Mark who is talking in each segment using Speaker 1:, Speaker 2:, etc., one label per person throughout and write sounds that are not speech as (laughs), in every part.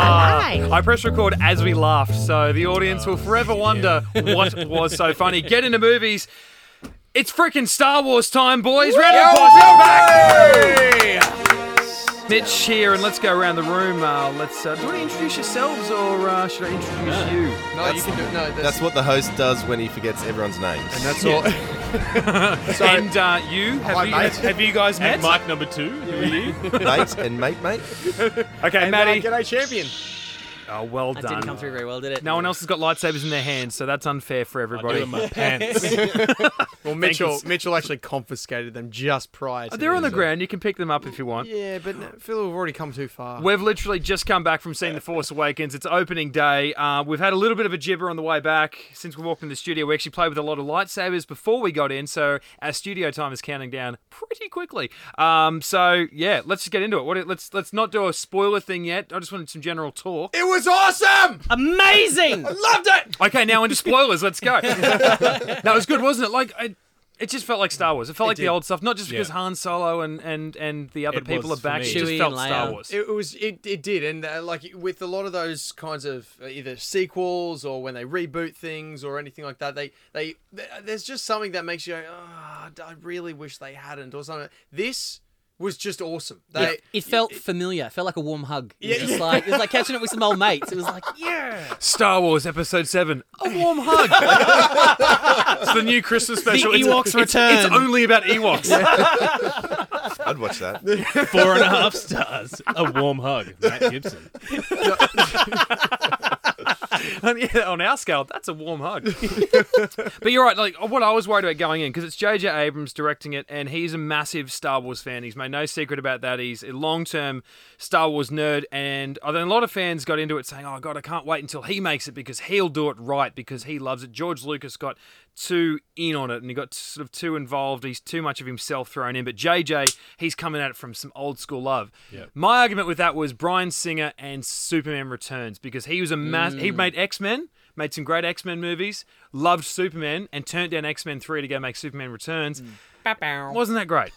Speaker 1: Amazing.
Speaker 2: I press record as we laughed, so the audience will forever wonder what was so funny. Get into movies. It's freaking Star Wars time, boys. Round of applause. We're back. Mitch here, and let's go around the room. Uh, let's. Uh, do you want to introduce yourselves, or uh, should I introduce you?
Speaker 3: No, you can do it. No, that's,
Speaker 4: That's what the host does when he forgets everyone's names.
Speaker 3: and that's (laughs) all. (laughs) so,
Speaker 2: and uh, you, have
Speaker 3: Hi,
Speaker 2: you,
Speaker 3: mate.
Speaker 1: Have you guys met
Speaker 2: Ed?
Speaker 1: Mike number two? Who are you?
Speaker 4: mate and mate, mate.
Speaker 1: Okay,
Speaker 2: And, uh, Maddie.
Speaker 3: g'day, champion.
Speaker 2: Oh, well
Speaker 5: That
Speaker 2: done.
Speaker 5: didn't come through very well, did it?
Speaker 2: No one else has got lightsabers in their hands, so that's unfair for
Speaker 1: I do
Speaker 2: everybody.
Speaker 1: in my pants.
Speaker 3: Well, Mitchell, Mitchell actually confiscated them just prior. to
Speaker 2: They're on the
Speaker 3: result.
Speaker 2: ground. You can pick them up if you want.
Speaker 3: Yeah, but no, Phil, we've already come too far.
Speaker 2: We've literally just come back from seeing The Force Awakens. It's opening day. Uh, we've had a little bit of a gibber on the way back since we walked in the studio. We actually played with a lot of lightsabers before we got in, so our studio time is counting down pretty quickly. Um, so yeah, let's just get into it. What, let's let's not do a spoiler thing yet. I just wanted some general talk.
Speaker 3: it was awesome.
Speaker 5: Amazing!
Speaker 3: Loved it.
Speaker 2: Okay, now into spoilers. Let's
Speaker 1: (laughs)
Speaker 2: go. that was good, wasn't it? Like. I, it just felt like Star Wars. It felt like the old stuff, not just because
Speaker 1: Yeah.
Speaker 2: Han Solo and, and, and the other
Speaker 1: It
Speaker 2: people are
Speaker 1: was for
Speaker 2: back.
Speaker 1: me.
Speaker 2: It just
Speaker 5: Chewie
Speaker 2: felt
Speaker 5: and
Speaker 2: Star
Speaker 5: Leia.
Speaker 2: Wars.
Speaker 3: It was. It, it did, and uh, like with a lot of those kinds of uh, either sequels or when they reboot things or anything like that, they they th- there's just something that makes you go, oh, I really wish they hadn't or something. This was just awesome. They.
Speaker 5: It, it felt familiar. It felt like a warm hug. It was
Speaker 3: Yeah,
Speaker 5: just
Speaker 3: yeah.
Speaker 5: like it was like catching up with some old mates. It was like, yeah.
Speaker 2: Star Wars Episode 7 A Warm Hug. it's the new Christmas special. It's-
Speaker 1: Ewoks
Speaker 2: it's, It's,
Speaker 1: return.
Speaker 2: only about Ewoks.
Speaker 4: I'd watch that.
Speaker 1: Four and a half stars. A warm hug. Matt Gibson.
Speaker 2: And yeah, (laughs) on our scale, that's a warm hug. but you're right. Like what I was worried about going in because it's J.J. Abrams directing it, and he's a massive Star Wars fan. He's made no secret about that. He's a long-term Star Wars nerd, and I think a lot of fans got into it saying, "Oh God, I can't wait until he makes it because he'll do it right because he loves it." George Lucas got too in on it, and he got sort of too involved. He's too much of himself thrown in. But J.J. he's coming at it from some old school love. My argument with that was Brian Singer and Superman Returns because he was a mass. He made X Men made some great X Men movies, loved Superman, and turned down X Men 3 to go make Superman Returns. Wasn't that
Speaker 1: (laughs)
Speaker 2: great?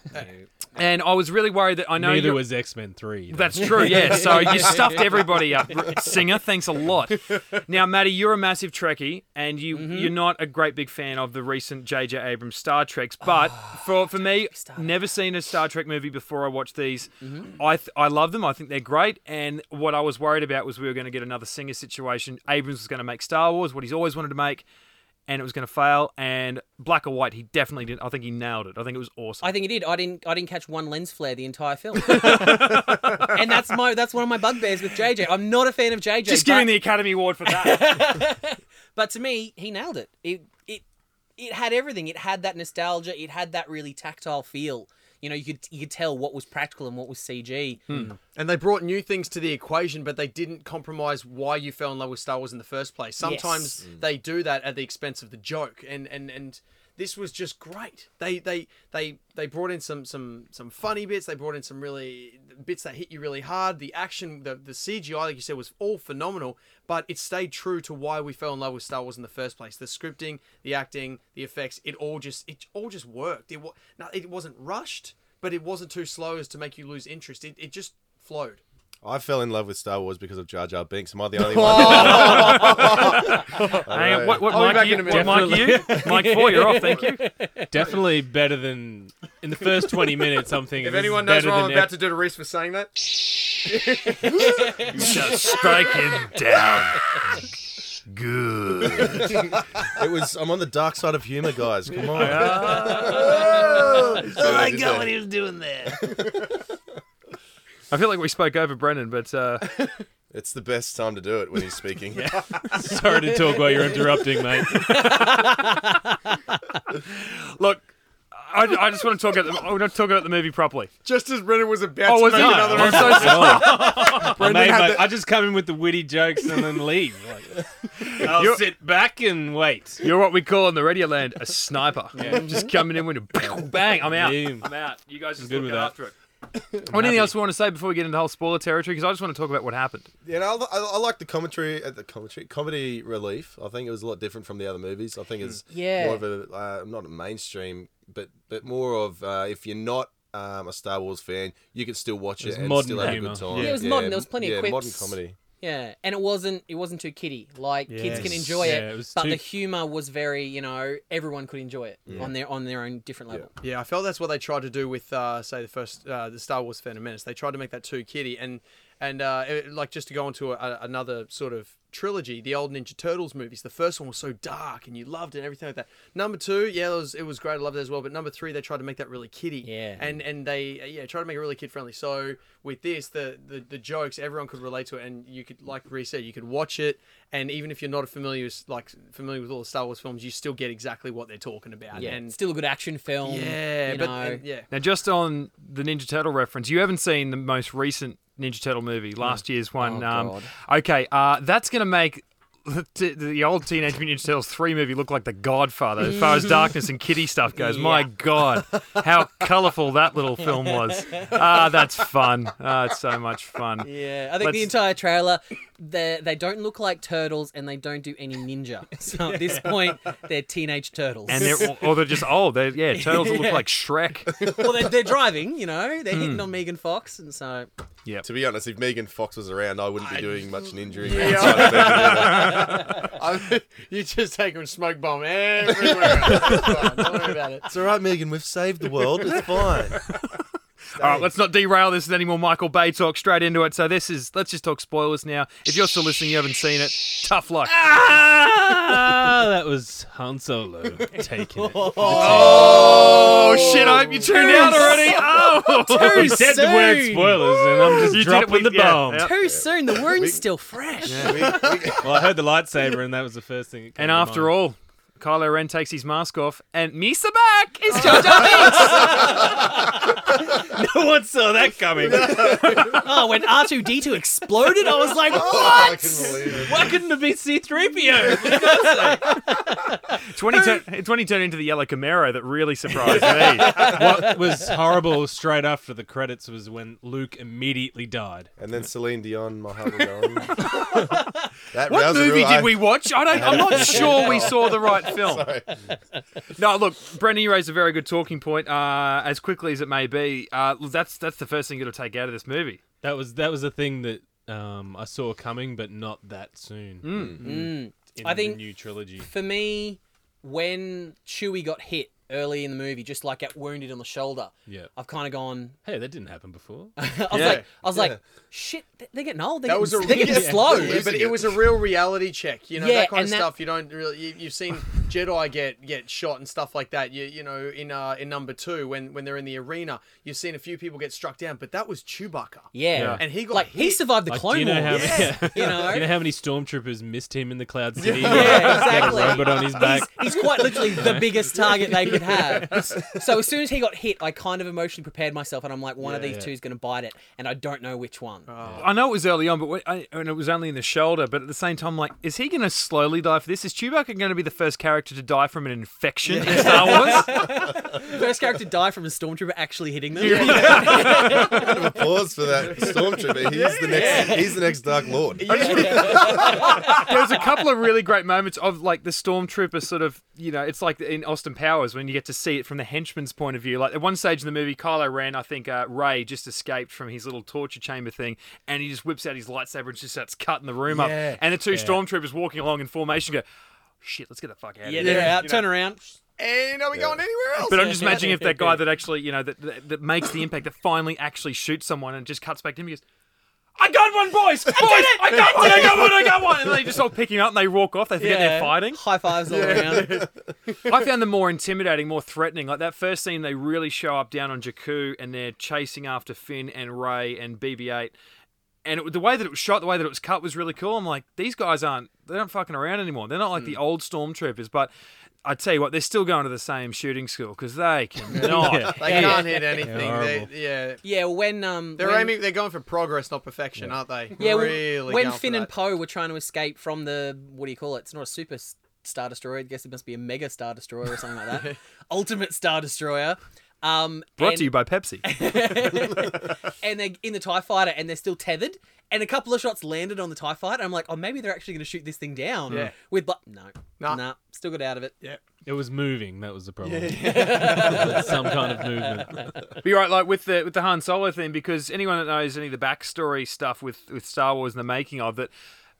Speaker 2: and I was really worried that I know
Speaker 1: Neither
Speaker 2: you're-
Speaker 1: was X Men 3.
Speaker 2: That's true, yeah. So you stuffed everybody up. R- Singer, thanks a lot. Now, Maddie, you're a massive Trekkie, and you you're not a great big fan of the recent J.J. Abrams Star Treks. But for for me, never seen a Star Trek movie before. I watched these. I th- I love them. I think they're great. And what I was worried about was we were going to get another Singer situation. Abrams was going to make Star Wars, what he's always wanted to make. And it was going to fail. And black or white, he definitely didn't. I think he nailed it. I think it was awesome.
Speaker 5: I think it did. I didn't. I didn't catch one lens flare the entire film, and that's my. That's one of my bugbears with JJ. I'm not a fan of JJ.
Speaker 2: Just
Speaker 5: but,
Speaker 2: giving the Academy Award for that.
Speaker 5: but to me, he nailed it. It it it had everything. It had that nostalgia. It had that really tactile feel. You know, you could you could tell what was practical and what was CG.
Speaker 3: And they brought new things to the equation, but they didn't compromise why you fell in love with Star Wars in the first place. Sometimes they do that at the expense of the joke, and and and this was just great. They they they they brought in some some some funny bits. They brought in some really bits that hit you really hard. The action, the the CGI, like you said, was all phenomenal, but it stayed true to why we fell in love with Star Wars in the first place. The scripting, the acting, the effects, it all just it all just worked. It wa- no, it wasn't rushed. But it wasn't too slow as to make you lose interest. It, it just flowed.
Speaker 4: I fell in love with Star Wars because of Jar Jar Binks. Am I the only one?
Speaker 2: Hang on, what, what
Speaker 3: I'll be
Speaker 2: mic are
Speaker 3: back
Speaker 2: you?
Speaker 3: in a
Speaker 2: What
Speaker 3: minute.
Speaker 2: mic are you? Mike four, you're off. Thank you.
Speaker 1: Definitely better than. In the first 20 minutes, I'm thinking.
Speaker 3: If
Speaker 1: this is
Speaker 3: anyone knows
Speaker 1: better
Speaker 3: what I'm
Speaker 1: than
Speaker 3: about
Speaker 1: X-
Speaker 3: to do to Reese for saying that,
Speaker 2: Just strike him down.
Speaker 4: Good.
Speaker 3: Oh.
Speaker 4: it was. I'm on the dark side of humor, guys. Come on. (laughs) oh my god.
Speaker 2: I feel like we spoke over Brennan, but uh,
Speaker 4: It's the best time to do it when he's speaking.
Speaker 1: Sorry to talk while you're interrupting, mate.
Speaker 2: look, I, I just want to talk about the, I want to talk about the movie properly.
Speaker 3: just as Brennan was about
Speaker 2: Oh,
Speaker 3: to
Speaker 2: was
Speaker 3: make
Speaker 2: he?
Speaker 3: another
Speaker 2: I'm
Speaker 3: one,
Speaker 2: so sorry.
Speaker 1: I, made
Speaker 3: had
Speaker 1: my-
Speaker 3: the-
Speaker 1: I just come in with the witty jokes and then leave. Like, I'll
Speaker 2: You're-
Speaker 1: sit back
Speaker 2: (laughs)
Speaker 1: and wait.
Speaker 2: You're what we call in the radio land a sniper. Just coming in when you bang, bang, I'm out.
Speaker 1: Boom.
Speaker 2: I'm out. You guys just
Speaker 1: good
Speaker 2: look
Speaker 1: with that.
Speaker 2: after it. Well, anything else we want to say before we get into the whole spoiler territory? Because I just want to talk about what happened.
Speaker 4: You know, I, I, I like the commentary at the commentary comedy relief. I think it was a lot different from the other movies. I think it's
Speaker 5: Yeah.
Speaker 4: more of a uh, not a mainstream, but but more of uh, if you're not um, a Star Wars fan, you can still watch it,
Speaker 1: was
Speaker 4: and
Speaker 1: modern
Speaker 4: still have a
Speaker 1: humour.
Speaker 4: good time.
Speaker 1: Yeah,
Speaker 5: it was modern. There was plenty
Speaker 4: yeah,
Speaker 5: of
Speaker 4: modern
Speaker 5: quips.
Speaker 4: comedy.
Speaker 5: Yeah, and it wasn't it wasn't too kiddie. Like kids can
Speaker 2: Yes.
Speaker 5: enjoy
Speaker 1: Yeah,
Speaker 5: it,
Speaker 1: it was
Speaker 5: but
Speaker 1: too-
Speaker 5: the humor was very you know everyone could enjoy it on their on their own different level.
Speaker 3: Yeah, I felt that's what they tried to do with, uh, say, the first uh, the Star Wars Phantom Menace. They tried to make that too kiddie, and and uh, it- like just to go on to a, a, another sort of trilogy, the old Ninja Turtles movies. The first one was so dark, and you loved it and everything like that. Number two, yeah, it was it was great. I loved it as well. But number three, they tried to make that really kiddie.
Speaker 5: Yeah.
Speaker 3: and and they uh, yeah tried to make it really kid friendly. So with this, the, the the jokes everyone could relate to it, and you could like Rhys said, you could watch it, and even if you're not familiar with, like familiar with all the Star Wars films, you still get exactly what they're talking about.
Speaker 5: Yeah,
Speaker 3: and
Speaker 5: still a good action film.
Speaker 3: yeah,
Speaker 5: you
Speaker 3: but
Speaker 5: know.
Speaker 3: and- (laughs) yeah,
Speaker 2: Now, just on the Ninja Turtle reference, you haven't seen the most recent Ninja Turtle movie, last year's one.
Speaker 5: Oh,
Speaker 2: um,
Speaker 5: God.
Speaker 2: Okay, uh, that's going to make (laughs) the, the old Teenage Mutant Ninja Turtles 3 movie look like The Godfather as
Speaker 5: (laughs)
Speaker 2: far as darkness and kiddie stuff goes. My God, how colourful that little film was. Ah, that's fun. Ah, it's so much fun.
Speaker 5: Yeah, I think the
Speaker 2: Let's-
Speaker 5: entire trailer, they they don't look like turtles and they don't do any ninja. So at this point, they're teenage turtles.
Speaker 2: And they're, or they're just old. They're, yeah, turtles that look like Shrek.
Speaker 5: (laughs) well, they're, they're driving, you know, they're hitting on Megan Fox, and so
Speaker 4: To be honest, if Megan Fox was around, I wouldn't be doing much ninjuring. (laughs)
Speaker 3: you just take them smoke bomb everywhere. It's fine, Don't worry about
Speaker 5: (laughs)
Speaker 3: it.
Speaker 4: it's all right, Megan. We've saved the world. It's fine.
Speaker 2: All right, let's not derail this anymore. Michael Bay talk straight into it. So this is let's just talk spoilers now. If you're still listening, you haven't seen it. Tough luck.
Speaker 1: ah, that was Han Solo taking it. (laughs)
Speaker 2: Oh shit! I hope you tuned out already. Oh,
Speaker 1: He said the word
Speaker 5: soon.
Speaker 1: spoilers, and I'm just
Speaker 2: You did it
Speaker 1: dropping
Speaker 2: with-
Speaker 1: the
Speaker 2: yeah,
Speaker 1: bomb.
Speaker 2: yeah.
Speaker 5: too soon. The wound's still fresh.
Speaker 1: Well, I heard the lightsaber, and that was the first thing. That came
Speaker 2: and
Speaker 1: to
Speaker 2: after
Speaker 1: mind.
Speaker 2: all, Kylo Ren takes his mask off, and Misa back is Jar Jar Binks.
Speaker 1: (laughs) no one saw uh, that
Speaker 5: (laughs)
Speaker 1: coming.
Speaker 5: Oh, when R two D two exploded, I was like,
Speaker 4: Oh, I
Speaker 5: what?
Speaker 4: can believe it.
Speaker 1: Why couldn't it be C-3PO?
Speaker 2: Twenty turn, twenty turn into the yellow Camaro that really surprised me.
Speaker 1: what was horrible straight after the credits was when Luke immediately died.
Speaker 4: (laughs) And then Celine Dion,
Speaker 2: (laughs)
Speaker 4: Mahalo Gone. that
Speaker 2: What
Speaker 4: roused a
Speaker 2: movie
Speaker 4: real-
Speaker 2: did we watch? I don't. I'm
Speaker 4: (laughs)
Speaker 2: not
Speaker 4: idea.
Speaker 2: sure we saw the
Speaker 4: (laughs)
Speaker 2: right film. No, look, Brendan, you raised a very good talking point. Uh, as quickly as it may be, uh, that's that's the first thing you're gonna take out of this movie.
Speaker 1: That was that was a thing that um, I saw coming, but not that soon.
Speaker 5: Mm.
Speaker 1: In
Speaker 5: I think-
Speaker 1: the new trilogy.
Speaker 5: For me, when Chewie got hit early in the movie, just like got wounded on the shoulder,
Speaker 1: Yeah.
Speaker 5: I've kind of gone. (laughs)
Speaker 1: Hey, that didn't happen before.
Speaker 5: I was
Speaker 2: Yeah.
Speaker 5: like, I was
Speaker 4: Yeah.
Speaker 5: like, shit, th- they're getting old. They're
Speaker 3: That
Speaker 5: getting,
Speaker 3: was a
Speaker 5: they're getting
Speaker 3: yeah,
Speaker 5: slow.
Speaker 3: (laughs) yeah, but it was a real reality check. You know
Speaker 5: Yeah,
Speaker 3: that kind of
Speaker 5: and that-
Speaker 3: stuff. You don't really. You, you've seen Jedi get get shot and stuff like that. You you know in uh in number two when when they're in the arena, you've seen a few people get struck down, but that was Chewbacca.
Speaker 5: Yeah.
Speaker 2: Yeah.
Speaker 3: and he got
Speaker 5: Like he
Speaker 3: hit.
Speaker 5: survived the
Speaker 1: Like,
Speaker 5: Clone
Speaker 1: do you know how
Speaker 5: Wars.
Speaker 1: many,
Speaker 5: (laughs) You know?
Speaker 1: (laughs) do you know how many stormtroopers missed him in the Cloud
Speaker 5: (laughs)
Speaker 1: City?
Speaker 5: Yeah,
Speaker 1: Got
Speaker 5: exactly.
Speaker 1: a robot on his back.
Speaker 5: He's quite literally
Speaker 1: (laughs)
Speaker 5: the biggest target they could have. So as soon as he got hit, I kind of emotionally prepared myself, and I'm like, one of
Speaker 1: Yeah,
Speaker 5: these
Speaker 1: yeah. Oh.
Speaker 5: two is going to bite it, and I don't know which one.
Speaker 2: I know it was early on, but when, I, and it was only in the shoulder. But at the same time, like, is he going to slowly die for this? Is Chewbacca going to be the first character to die from an infection in Star Wars?
Speaker 5: First character to die from a stormtrooper actually hitting
Speaker 1: (laughs)
Speaker 5: them.
Speaker 4: (laughs) Pause for
Speaker 2: (laughs)
Speaker 4: that stormtrooper. He's the next. He's the next Dark Lord.
Speaker 2: there was a couple of really great moments of like the stormtrooper sort of, you know, it's like in Austin Powers when you get to see it from the henchman's point of view. Like at one stage in the movie, Kylo Ren, I think uh, Ray just escaped from his little torture chamber thing, and he just whips out his lightsaber and just starts cutting the room
Speaker 3: Yeah.
Speaker 2: up. And the two stormtroopers walking along in formation go, "Shit, let's get the fuck out of
Speaker 5: Yeah,
Speaker 2: here."
Speaker 5: they're out. Turn around.
Speaker 3: and are we going anywhere else?
Speaker 2: But I'm just imagining if that guy that actually, you know, that, that, that makes the impact, that finally actually shoots someone and just cuts back to him and goes, I got one, boys! Boys! I, got one! I got one! I got one! And they just all pick him up and they walk off. They forget
Speaker 5: Yeah.
Speaker 2: they're fighting.
Speaker 5: High fives all around.
Speaker 2: I found them more intimidating, more threatening. Like that first scene, they really show up down on Jakku and they're chasing after Finn and Ray and BB-8. And it, the way that it was shot, the way that it was cut, was really cool. I'm like, these guys aren't—they don't fucking around anymore. They're not like the old stormtroopers. But I tell you what, they're still going to the same shooting school because they
Speaker 1: Oh,
Speaker 2: cannot
Speaker 3: they can't hit anything.
Speaker 1: Yeah,
Speaker 3: they,
Speaker 1: horrible.
Speaker 3: yeah,
Speaker 5: Yeah, when um,
Speaker 3: they're
Speaker 5: when,
Speaker 3: aiming. They're going for progress, not perfection, aren't they?
Speaker 5: Yeah, when-
Speaker 3: really.
Speaker 5: when
Speaker 3: going for
Speaker 5: Finn and
Speaker 3: that.
Speaker 5: Poe were trying to escape from the what do you call it? It's not a
Speaker 3: (laughs)
Speaker 5: super s- star destroyer. I guess it must be a mega star destroyer or something like that. Ultimate star destroyer. Um,
Speaker 2: Brought
Speaker 5: and,
Speaker 2: to you by Pepsi. (laughs)
Speaker 5: and (laughs) they're in the TIE fighter and they're still tethered. And a couple of shots landed on the TIE fighter. And I'm like, oh, maybe they're actually going to shoot this thing down.
Speaker 3: Yeah.
Speaker 5: With, but no.
Speaker 3: Nah.
Speaker 5: Nah. Still got out of it.
Speaker 3: Yeah.
Speaker 1: It was moving. That was the problem. Some kind of movement.
Speaker 2: But you're right, like with the with the Han Solo thing, because anyone that knows any of the backstory stuff with with Star Wars and the making of that,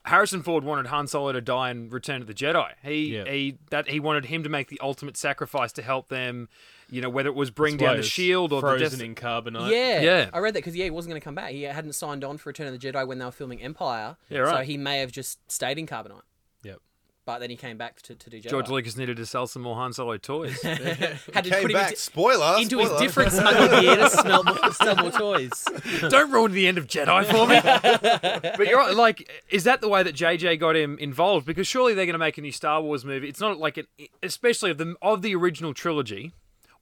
Speaker 2: Harrison Ford wanted Han Solo to die and return to the Jedi. He
Speaker 1: Yeah.
Speaker 2: he that he wanted him to make the ultimate sacrifice to help them. You know, whether it was bring down the
Speaker 1: It's
Speaker 2: shield or the
Speaker 1: frozen
Speaker 2: Death.
Speaker 1: in carbonite.
Speaker 5: Yeah,
Speaker 2: Yeah.
Speaker 5: I read that because yeah, he wasn't going to come back. He hadn't signed on for Return of the Jedi when they were filming Empire.
Speaker 2: Yeah, right.
Speaker 5: So he may have just stayed in Carbonite,
Speaker 1: Yep.
Speaker 5: but then he came back to, to do Jedi.
Speaker 2: George Lucas needed to sell some more Han Solo toys.
Speaker 5: had to
Speaker 4: Came
Speaker 5: put him
Speaker 4: back.
Speaker 5: into,
Speaker 4: spoiler.
Speaker 5: into
Speaker 4: spoiler.
Speaker 5: his different smuggled gear to smell more, sell more toys.
Speaker 2: (laughs) Don't ruin the end of Jedi for me. but you're right, like, is that the way that JJ got him involved? Because surely they're going to make a new Star Wars movie. It's not like an, especially of the of the original trilogy.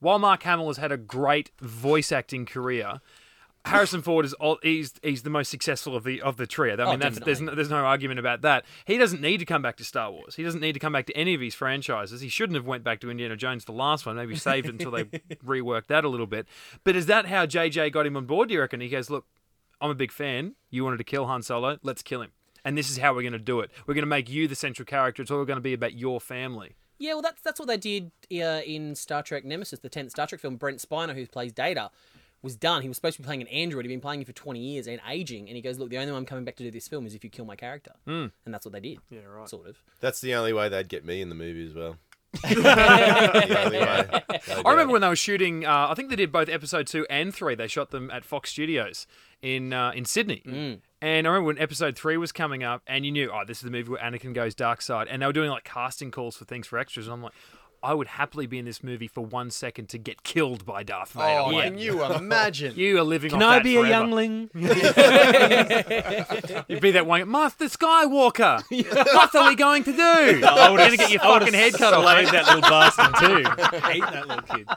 Speaker 2: While Mark Hamill has had a great voice acting career, Harrison Ford is all, he's he's the most successful of the of the trio. I mean, that's, there's no, there's no argument about that. He doesn't need to come back to Star Wars. He doesn't need to come back to any of his franchises. He shouldn't have went back to Indiana Jones the last one. Maybe saved it until they reworked that a little bit. But is that how JJ got him on board? Do you reckon? He goes, look, I'm a big fan. You wanted to kill Han Solo. Let's kill him. And this is how we're going to do it. We're going to make you the central character. It's all going to be about your family.
Speaker 5: Yeah, well, that's that's what they did uh, in Star Trek Nemesis, the tenth Star Trek film. Brent Spiner, who plays Data, was done. He was supposed to be playing an android. He'd been playing it for twenty years and aging. And he goes, "Look, the only way I'm coming back to do this film is if you kill my character." Mm. And that's what they did. Yeah, right. Sort of.
Speaker 4: That's the only way they'd get me in the movie as
Speaker 5: (laughs)
Speaker 4: well. the only way.
Speaker 2: I remember when they were shooting. Uh, I think they did both episode two and three. They shot them at Fox Studios in uh, in Sydney.
Speaker 1: Mm.
Speaker 2: And I remember when episode three was coming up, and you knew, oh, this is the movie where Anakin goes dark side. And they were doing like casting calls for things for extras. And I'm like, I would happily be in this movie for one second to get killed by Darth Vader.
Speaker 3: Oh,
Speaker 2: I'm like,
Speaker 3: can you imagine?
Speaker 2: you are living.
Speaker 1: Can
Speaker 2: off
Speaker 1: I
Speaker 2: that
Speaker 1: be
Speaker 2: forever. (laughs)
Speaker 1: a youngling?
Speaker 2: You'd be that one, Master
Speaker 1: (laughs)
Speaker 2: Skywalker. what are we going to do? I'm going to get your fucking head cut off.
Speaker 1: Slayed that little bastard too. Hate that little kid.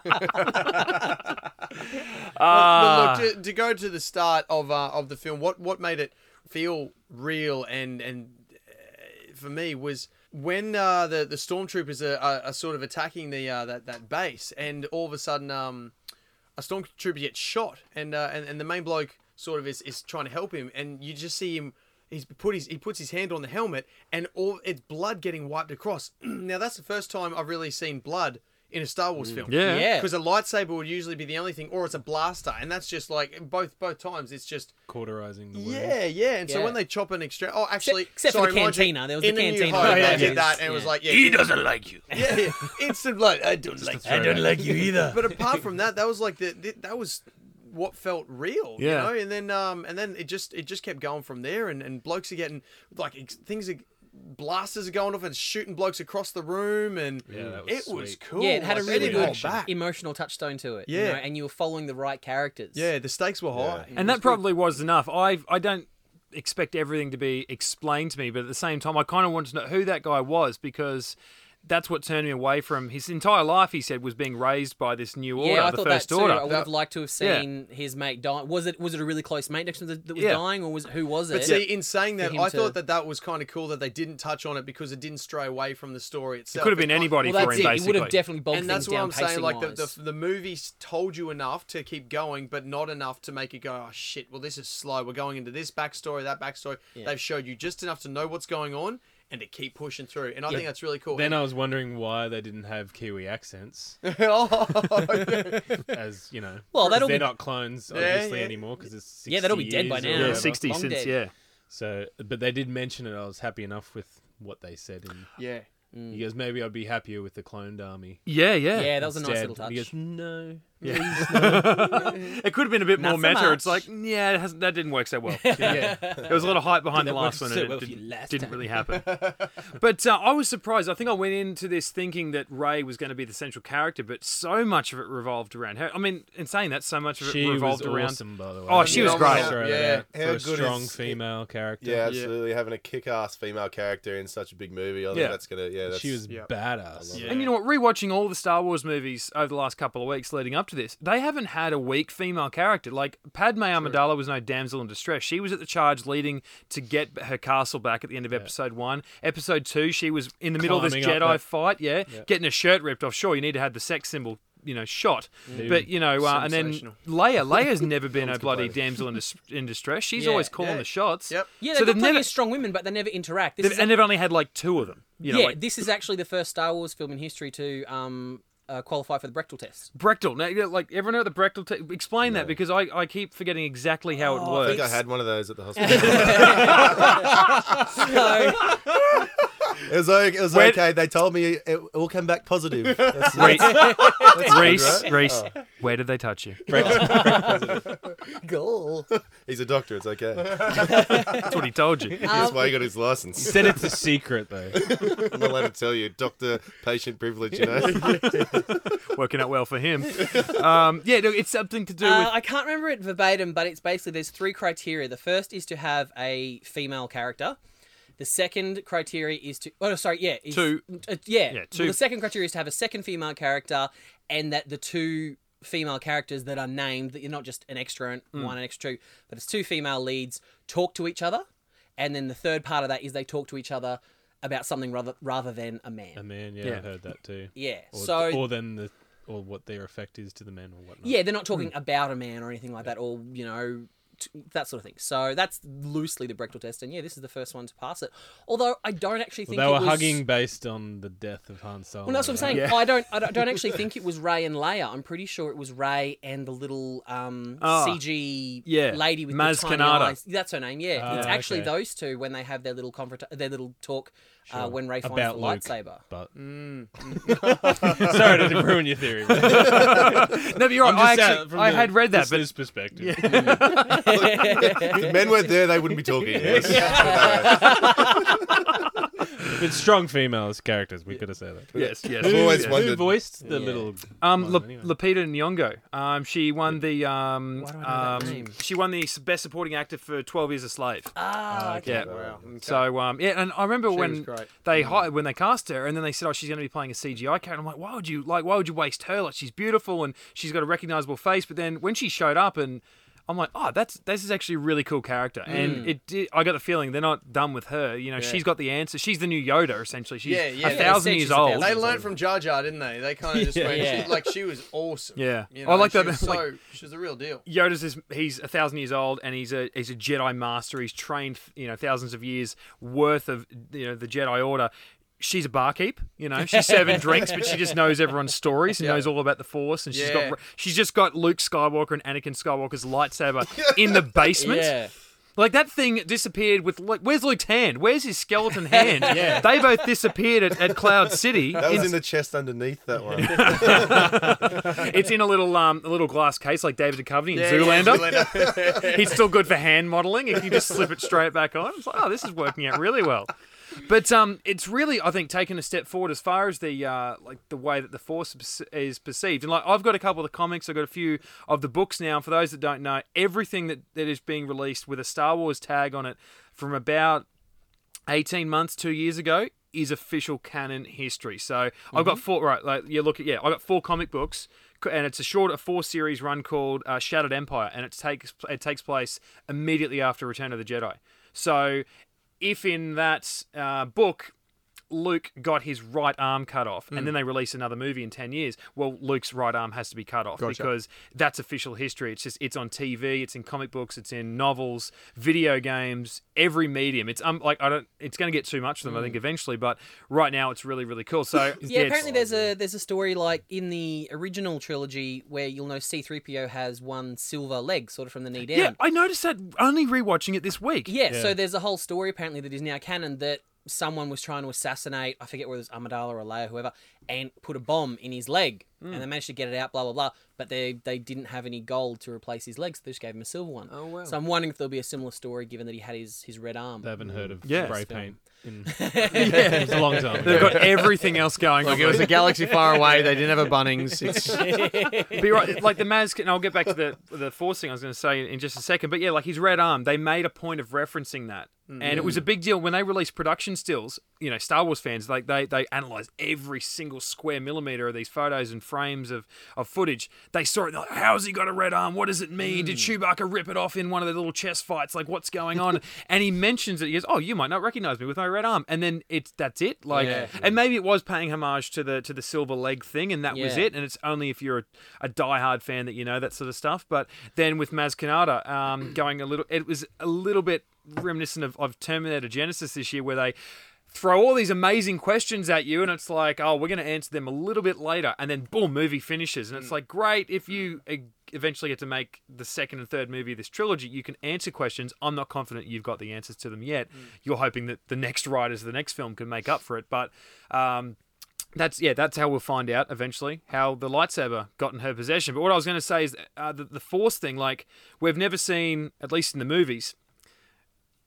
Speaker 2: Ah.
Speaker 3: But look, to, to go to the start of uh, of the film, what what made it feel real and and uh, for me was when uh, the the stormtroopers are, are, are sort of attacking the uh, that that base, and all of a sudden um, a stormtrooper gets shot, and uh, and and the main bloke sort of is, is trying to help him, and you just see him. He's put his he puts his hand on the helmet, and all it's blood getting wiped across. (clears throat) now that's the first time I've really seen blood in a Star Wars film.
Speaker 2: Yeah.
Speaker 5: Yeah.
Speaker 3: Because a lightsaber would usually be the only thing, or it's a blaster, and that's just like both both times. It's just
Speaker 1: (laughs) Cauterizing the wound.
Speaker 3: yeah, yeah. And so
Speaker 5: Yeah.
Speaker 3: when they chop and extract, oh, actually,
Speaker 5: except for
Speaker 3: sorry,
Speaker 5: the
Speaker 3: mind you,
Speaker 5: cantina. There was the
Speaker 3: in New
Speaker 5: cantina
Speaker 3: Hope,
Speaker 5: that
Speaker 3: they
Speaker 5: they
Speaker 3: did
Speaker 5: used.
Speaker 3: that, and it was
Speaker 5: Yeah.
Speaker 3: like yeah,
Speaker 6: He doesn't like you.
Speaker 3: yeah, yeah, instant blood. I don't like.
Speaker 6: I don't like you either.
Speaker 3: But apart from that, that was like the, the that was what felt real,
Speaker 2: Yeah.
Speaker 3: you know. And then um and then it just it just kept going from there, and and blokes are getting like ex- things are. Blasters are going off and shooting blokes across the room, and
Speaker 1: Yeah, that
Speaker 3: it
Speaker 1: was
Speaker 3: was
Speaker 1: sweet.
Speaker 3: cool.
Speaker 5: yeah, it had a
Speaker 3: Like, they
Speaker 5: really
Speaker 3: didn't
Speaker 5: good
Speaker 3: hold back.
Speaker 5: emotional touchstone to it. you
Speaker 3: Yeah.
Speaker 5: know, and you were following the right characters.
Speaker 3: Yeah, the stakes were high.
Speaker 2: and that probably was enough. I I don't expect everything to be explained to me, but at the same time, I kind of wanted to know who that guy was because. That's what turned me away from his entire life. He said was being raised by this new order,
Speaker 5: Yeah, I
Speaker 2: the
Speaker 5: thought
Speaker 2: first
Speaker 5: that too.
Speaker 2: order.
Speaker 5: I would have liked to have
Speaker 2: Yeah.
Speaker 5: seen his mate die. Was it was it a really close mate next to him that that was
Speaker 2: Yeah.
Speaker 5: dying, or was who was it?
Speaker 3: But see, in saying that,
Speaker 5: him
Speaker 3: I thought
Speaker 5: to-
Speaker 3: that that was kind of cool that they didn't touch on it because it didn't stray away from the story itself.
Speaker 2: Could have been
Speaker 3: It kind-
Speaker 2: anybody
Speaker 5: well,
Speaker 2: for
Speaker 5: that's
Speaker 2: him,
Speaker 5: it.
Speaker 2: basically.
Speaker 5: It would have definitely bogged
Speaker 3: And that's
Speaker 5: things
Speaker 3: what
Speaker 5: down
Speaker 3: I'm saying. Like the,
Speaker 5: pacing-wise.
Speaker 3: the the movies told you enough to keep going, but not enough to make you go, "Oh shit!" Well, this is slow. We're going into this backstory, that backstory. They've showed you just enough to know what's going on and to keep pushing through. And I think that's really cool. (laughs)
Speaker 1: (laughs) Then I was wondering why they didn't have Kiwi accents,
Speaker 3: Oh,
Speaker 5: (laughs)
Speaker 1: as you know.
Speaker 5: Well, that'll
Speaker 1: they're
Speaker 5: be-
Speaker 1: not clones obviously
Speaker 3: yeah.
Speaker 1: anymore because it's 60
Speaker 5: Yeah, that'll be dead by
Speaker 1: years or
Speaker 5: now.
Speaker 2: yeah,
Speaker 1: whatever.
Speaker 2: sixty
Speaker 5: Long
Speaker 2: since
Speaker 5: dead.
Speaker 2: yeah.
Speaker 1: So, but they did mention it. I was happy enough with what they said. And
Speaker 3: yeah,
Speaker 5: Mm.
Speaker 1: he goes, maybe I'd be happier with the cloned army.
Speaker 2: yeah, yeah,
Speaker 5: yeah, that was a nice
Speaker 1: instead."
Speaker 5: little touch.
Speaker 2: "Mm."
Speaker 1: He goes, no.
Speaker 5: (laughs)
Speaker 2: It could have been a bit more
Speaker 5: Not so
Speaker 2: meta. It's like,
Speaker 5: much.
Speaker 2: yeah, it hasn't, that didn't work so well. There was a lot of hype behind the last one, and
Speaker 5: so
Speaker 2: it
Speaker 5: well for
Speaker 2: did,
Speaker 5: you last
Speaker 2: didn't
Speaker 5: time.
Speaker 2: really
Speaker 5: (laughs)
Speaker 2: happen. but uh, I was surprised. I think I went into this thinking that Ray was going to be the central character, but so much of it revolved around her. I mean, in saying that, so much of it
Speaker 1: She was
Speaker 2: revolved around.
Speaker 1: awesome, by the way.
Speaker 2: Oh, she
Speaker 1: Let
Speaker 2: was
Speaker 1: me just
Speaker 2: great.
Speaker 1: throw that
Speaker 3: Yeah.
Speaker 1: out
Speaker 4: How
Speaker 1: for a
Speaker 4: good
Speaker 1: strong
Speaker 4: is-
Speaker 1: female character.
Speaker 4: Yeah, absolutely. Having a kick-ass female character in such a big movie, I think
Speaker 2: Yeah.
Speaker 4: that's gonna. Yeah, that's,
Speaker 1: she was
Speaker 3: Yeah.
Speaker 1: badass.
Speaker 3: Yeah.
Speaker 2: And you know what? Rewatching all the Star Wars movies over the last couple of weeks leading up to this, they haven't had a weak female character. Like Padme Amidala was no damsel in distress. She was at the charge leading to get her castle back at the end of Episode One. Episode Two, she was in the middle of this
Speaker 1: Climbing up
Speaker 2: Jedi
Speaker 1: that-
Speaker 2: fight. Yeah, getting her shirt ripped off. Sure, you need to have the sex symbol you know shot. But you know, uh, and then
Speaker 3: Sensational.
Speaker 2: Leia, Leia's
Speaker 5: (laughs)
Speaker 2: never been a bloody damsel in, dis- in distress. She's
Speaker 5: Yeah.
Speaker 2: always calling
Speaker 3: Yeah.
Speaker 2: the shots.
Speaker 3: Yep.
Speaker 5: Yeah,
Speaker 2: So
Speaker 5: they've got
Speaker 2: they've
Speaker 5: plenty
Speaker 2: never-
Speaker 5: of strong women, but they never interact. This
Speaker 2: They've-
Speaker 5: is
Speaker 2: and they've only had like two of them. You know,
Speaker 5: yeah,
Speaker 2: like
Speaker 5: this is actually the first Star Wars film in history to um, uh, qualify for the Brechtel test.
Speaker 2: Brechtel. Now, you know, like everyone know the Brechtel. Te- explain that because I, I keep forgetting exactly how it
Speaker 4: I think I
Speaker 2: works.
Speaker 4: had one of those at
Speaker 5: (laughs)
Speaker 4: the hospital.
Speaker 5: So
Speaker 4: it was, like, it was
Speaker 2: Wait.
Speaker 4: okay. They told me it all came back positive.
Speaker 5: (laughs)
Speaker 4: That's-
Speaker 2: Reese,
Speaker 4: right?
Speaker 2: Reese, where did they touch you?
Speaker 5: goal.
Speaker 4: He's a doctor. It's okay.
Speaker 5: Um,
Speaker 2: That's what he told you.
Speaker 4: That's why he got his license.
Speaker 1: Said it's a secret though.
Speaker 4: I'm not allowed to tell you. Doctor, patient privilege, you
Speaker 5: (laughs)
Speaker 4: know?
Speaker 2: Working out well for him. Um, yeah, no, it's something to do
Speaker 5: Uh,
Speaker 2: with.
Speaker 5: I can't remember it verbatim, but it's basically there's three criteria. The first is to have a female character. The second criteria is to oh no, sorry yeah is,
Speaker 2: Two.
Speaker 5: uh, yeah,
Speaker 2: Yeah,
Speaker 5: Well,
Speaker 2: two.
Speaker 5: the second criteria is to have a second female character, and that the two female characters that are named that you're not just an extra and
Speaker 2: Mm.
Speaker 5: one an extra two, but it's two female leads talk to each other, and then the third part of that is they talk to each other about something rather rather than a man.
Speaker 1: A man, yeah,
Speaker 2: Yeah.
Speaker 1: I've heard that too.
Speaker 5: yeah,
Speaker 1: Or,
Speaker 5: so
Speaker 1: or then the or what their effect is to the men or whatnot.
Speaker 5: Yeah, they're not
Speaker 1: Hmm.
Speaker 5: talking about a man or anything like that, or you know, t- that sort of thing. So that's loosely the Brechtel test, and yeah, this is the first one to pass it. Although I don't actually think
Speaker 1: Well, they
Speaker 5: it
Speaker 1: were
Speaker 5: was...
Speaker 1: hugging based on the death of Han Solo.
Speaker 5: Well, (laughs) that's what I'm saying. I don't, I don't, I don't actually think it was Ray and Leia. I'm pretty sure it was Ray and the little um,
Speaker 2: Ah,
Speaker 5: CG
Speaker 2: yeah,
Speaker 5: lady with
Speaker 2: Maz
Speaker 5: the tiny
Speaker 2: Kanata.
Speaker 5: eyes. That's her name. Yeah,
Speaker 1: Ah,
Speaker 5: it's actually
Speaker 1: okay.
Speaker 5: those two when they have their little convert- their little talk uh, when Ray finds
Speaker 1: About
Speaker 5: the
Speaker 1: Luke.
Speaker 5: lightsaber.
Speaker 1: But (laughs) sorry to ruin your theory. but
Speaker 2: no, but you're right.
Speaker 1: I'm just
Speaker 2: I,
Speaker 1: saying
Speaker 2: actually-
Speaker 1: from
Speaker 2: I
Speaker 1: the
Speaker 2: had read that, but
Speaker 1: listener's perspective.
Speaker 4: if men weren't there, they wouldn't be talking. Yes.
Speaker 1: If it's strong females characters, we could have said that.
Speaker 2: yes, yes.
Speaker 4: I've always
Speaker 2: yes.
Speaker 1: Who
Speaker 4: wondered.
Speaker 1: voiced the
Speaker 5: Yeah.
Speaker 1: little?
Speaker 2: Um,
Speaker 1: one
Speaker 2: Lap-
Speaker 1: anyway?
Speaker 2: Lupita Nyong'o. Um, she won the um,
Speaker 5: do I know that
Speaker 2: um
Speaker 5: name?
Speaker 2: she won the best supporting actor for Twelve Years a Slave.
Speaker 5: Ah, okay.
Speaker 2: yeah.
Speaker 3: Wow. Okay.
Speaker 2: So um, yeah, and I remember
Speaker 3: She was
Speaker 2: when
Speaker 3: great. Mm.
Speaker 2: they hired when they cast her, and then they said, "Oh, she's going to be playing a CGI character." I'm like, "Why would you like? Why would you waste her? Like, she's beautiful and she's got a recognizable face." But then when she showed up, and I'm like, "Oh, that's this is actually a really cool character."
Speaker 3: Mm.
Speaker 2: And it, did, I got the feeling they're not done with her. You know, she's got the answer. She's the new Yoda, essentially. She's
Speaker 3: Yeah, yeah.
Speaker 2: a
Speaker 3: Yeah,
Speaker 5: they
Speaker 2: thousand
Speaker 5: said
Speaker 2: years
Speaker 5: she's a
Speaker 2: old.
Speaker 5: thousand
Speaker 3: They learned from Jar Jar, didn't they? They (laughs) kind of just went,
Speaker 5: Yeah.
Speaker 3: she, like, she was awesome.
Speaker 2: Yeah.
Speaker 3: You
Speaker 2: I
Speaker 3: know,
Speaker 2: like
Speaker 3: she
Speaker 2: that-
Speaker 3: Was so,
Speaker 2: like-
Speaker 3: she was the real deal.
Speaker 2: Yoda's this, he's a thousand years old and he's a he's a Jedi master. He's trained you know thousands of years worth of you know the Jedi Order. She's a barkeep, you know. She's
Speaker 4: (laughs)
Speaker 2: serving drinks, but she just knows everyone's stories and knows all about the Force. And she's
Speaker 3: Yeah.
Speaker 2: got she's just got Luke Skywalker and Anakin Skywalker's
Speaker 4: (laughs)
Speaker 2: lightsaber in the basement.
Speaker 5: Yeah.
Speaker 2: Like that thing disappeared with like, where's Luke's hand? Where's his
Speaker 4: (laughs)
Speaker 2: skeleton hand? yeah, they both disappeared at, at Cloud City.
Speaker 4: That was
Speaker 2: It's-
Speaker 4: in the chest underneath that one.
Speaker 2: (laughs) it's in a little um a little glass case like David Duchovny in
Speaker 3: Yeah, yeah,
Speaker 2: Zoolander. (laughs) He's still good for hand modeling. If you just slip it straight back on, it's like, oh, this is working out really well. But um, it's really, I think, taken a step forward as far as the uh, like the way that the force is- is perceived. And like, I've got a couple of the comics, I've got a few of the books now. For those that don't know, everything that, that is being released with a Star Wars tag on it from about 18 months, two years ago, is official canon history. So I've got four, right, like, you look at, yeah, I've got four comic books, c- and it's a short, a four series run called uh, Shattered Empire, and it takes, it takes place immediately after Return of the Jedi. So if in that uh, book, Luke got his right arm cut off,
Speaker 3: Hmm.
Speaker 2: and then they release another movie in ten years. Well, Luke's right arm has to be cut off because that's official history. It's just it's on TV, it's in comic books, it's in novels, video games, every medium. It's um like I don't. It's going to get too much of them,
Speaker 3: Hmm.
Speaker 2: I think, eventually. But right now, it's really really cool.
Speaker 3: (laughs)
Speaker 2: So
Speaker 5: Yeah,
Speaker 2: it's-
Speaker 5: apparently there's a there's a story like in the original trilogy where you'll know C3PO has one silver leg sort of from the knee down.
Speaker 2: yeah. I noticed that only rewatching it this week.
Speaker 5: Yeah, so there's a whole story apparently that is now canon that someone was trying to assassinate, I forget whether it was Amidala or Leia, whoever, and put a bomb in his leg. And they managed to get it out, blah, blah, blah. But they, they didn't have any gold to replace his leg, so they just gave him a silver one. Oh, wow. So I'm wondering if there'll be a similar story given that he had his, his red arm.
Speaker 1: They haven't heard of
Speaker 2: Yeah.
Speaker 1: spray paint in (laughs) it was a long
Speaker 2: (laughs)
Speaker 1: time.
Speaker 2: They've
Speaker 1: ago.
Speaker 2: got everything else going. on.
Speaker 3: Look, it was a galaxy far away. They didn't have a Bunnings. (laughs) It's
Speaker 2: But you're right, like the Maz, and I'll get back to the the force thing I was going to say in just a second. But yeah, like his red arm, they made a point of referencing that And it was a big deal when they released production stills. You know, Star Wars fans like they they analyzed every single square millimeter of these photos and frames of of footage. They saw it. Like, How has he got a red arm? What does it mean? Did Chewbacca rip it off in one of the little chess fights? Like, what's going on? and he mentions it. He goes, "Oh, you might not recognize me with my red arm." And then it's that's it. Like,
Speaker 3: Yeah.
Speaker 2: and maybe it was paying homage to the to the silver leg thing, and that was
Speaker 5: Yeah.
Speaker 2: it. And it's only if you're a, a diehard fan that you know that sort of stuff. But then with Maz Kanata um, going a little, it was a little bit reminiscent of, of Terminator Genesis this year, where they throw all these amazing questions at you, and it's like, oh, we're going to answer them a little bit later, and then boom, movie finishes, and it's like, great if you. e- Eventually, get to make the second and third movie of this trilogy. You can answer questions. I'm not confident you've got the answers to them yet. You're hoping that the next writers of the next film can make up for it. But um, that's yeah. That's how we'll find out eventually how the lightsaber got in her possession. But what I was going to say is uh, the, the force thing. Like we've never seen, at least in the movies,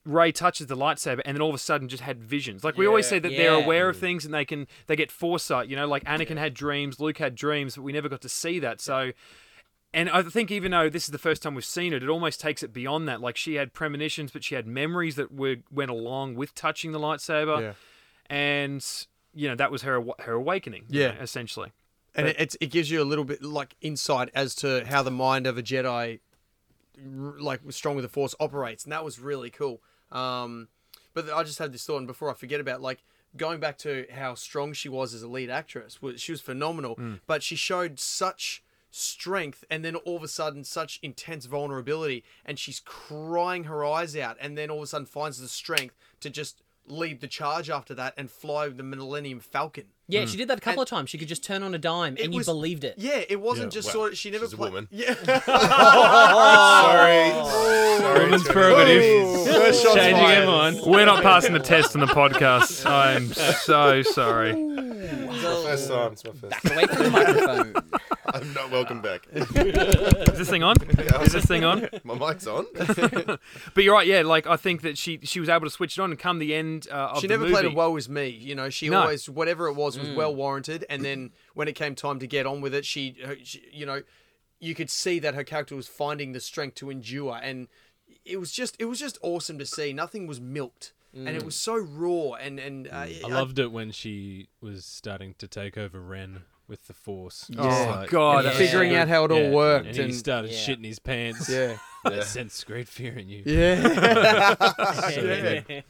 Speaker 2: Ray touches the lightsaber and then all of a sudden just had visions. Like we always
Speaker 3: Yeah.
Speaker 2: say that they're
Speaker 5: Yeah.
Speaker 2: aware of things and they can they get foresight. You know, like Anakin had dreams, Luke had dreams, but we never got to see that. So. And I think even though this is the first time we've seen it, it almost takes it beyond that. Like she had premonitions, but she had memories that were went along with touching the lightsaber,
Speaker 3: Yeah.
Speaker 2: and you know that was her awa- her awakening. you
Speaker 3: Yeah.
Speaker 2: know, essentially.
Speaker 3: and it, it's, it gives you a little bit like insight as to how the mind of a Jedi, r- like was strong with the Force, operates, and that was really cool. Um, but I just had this thought, and before I forget about like going back to how strong she was as a lead actress, was she was phenomenal, but she showed such strength and then all of a sudden such intense vulnerability and she's crying her eyes out and then all of a sudden finds the strength to just lead the charge after that and fly the millennium falcon
Speaker 5: Yeah, she did that a couple of times. She could just turn on a dime, and you
Speaker 3: was-
Speaker 5: believed Hmm. it.
Speaker 3: yeah, it wasn't
Speaker 4: Yeah,
Speaker 3: just
Speaker 4: well,
Speaker 3: sort of. She never
Speaker 4: she's a
Speaker 3: played-
Speaker 4: woman.
Speaker 3: Yeah,
Speaker 4: (laughs) Sorry. Sorry.
Speaker 1: Women's
Speaker 4: Trevor.
Speaker 1: prerogative.
Speaker 3: First shot's
Speaker 1: Changing
Speaker 3: fired.
Speaker 1: him on.
Speaker 2: We're not passing the test on the podcast. I'm so sorry.
Speaker 4: First time. It's my first.
Speaker 5: Back (laughs) away from the microphone.
Speaker 4: I'm not welcome
Speaker 5: (laughs)
Speaker 4: back.
Speaker 2: Is this thing on? Is this thing on?
Speaker 4: My mic's
Speaker 5: (laughs)
Speaker 4: on.
Speaker 2: But you're right. Yeah, like I think that she she was able to switch it on and come the end uh, of
Speaker 3: she
Speaker 2: the
Speaker 3: never
Speaker 2: movie.
Speaker 3: played a woe is me. You know, she
Speaker 2: No. Mm.
Speaker 3: always whatever it was was well warranted. And then when it came time to get on with it, she, her- she, you know, you could see that her character was finding the strength to endure, and it was just it was just awesome to see. Nothing was milked, and it
Speaker 2: Mm.
Speaker 3: was so raw. And and uh,
Speaker 1: I loved it when she was starting to take over Ren with the Force. Yeah.
Speaker 2: Oh god,
Speaker 5: Yeah.
Speaker 2: that was-
Speaker 3: figuring out how it all worked.
Speaker 1: And,
Speaker 3: And,
Speaker 1: he started
Speaker 5: Yeah.
Speaker 1: shitting his pants. (laughs)
Speaker 3: yeah,
Speaker 1: I sense great fear in you. (laughs)
Speaker 3: yeah,
Speaker 1: So good.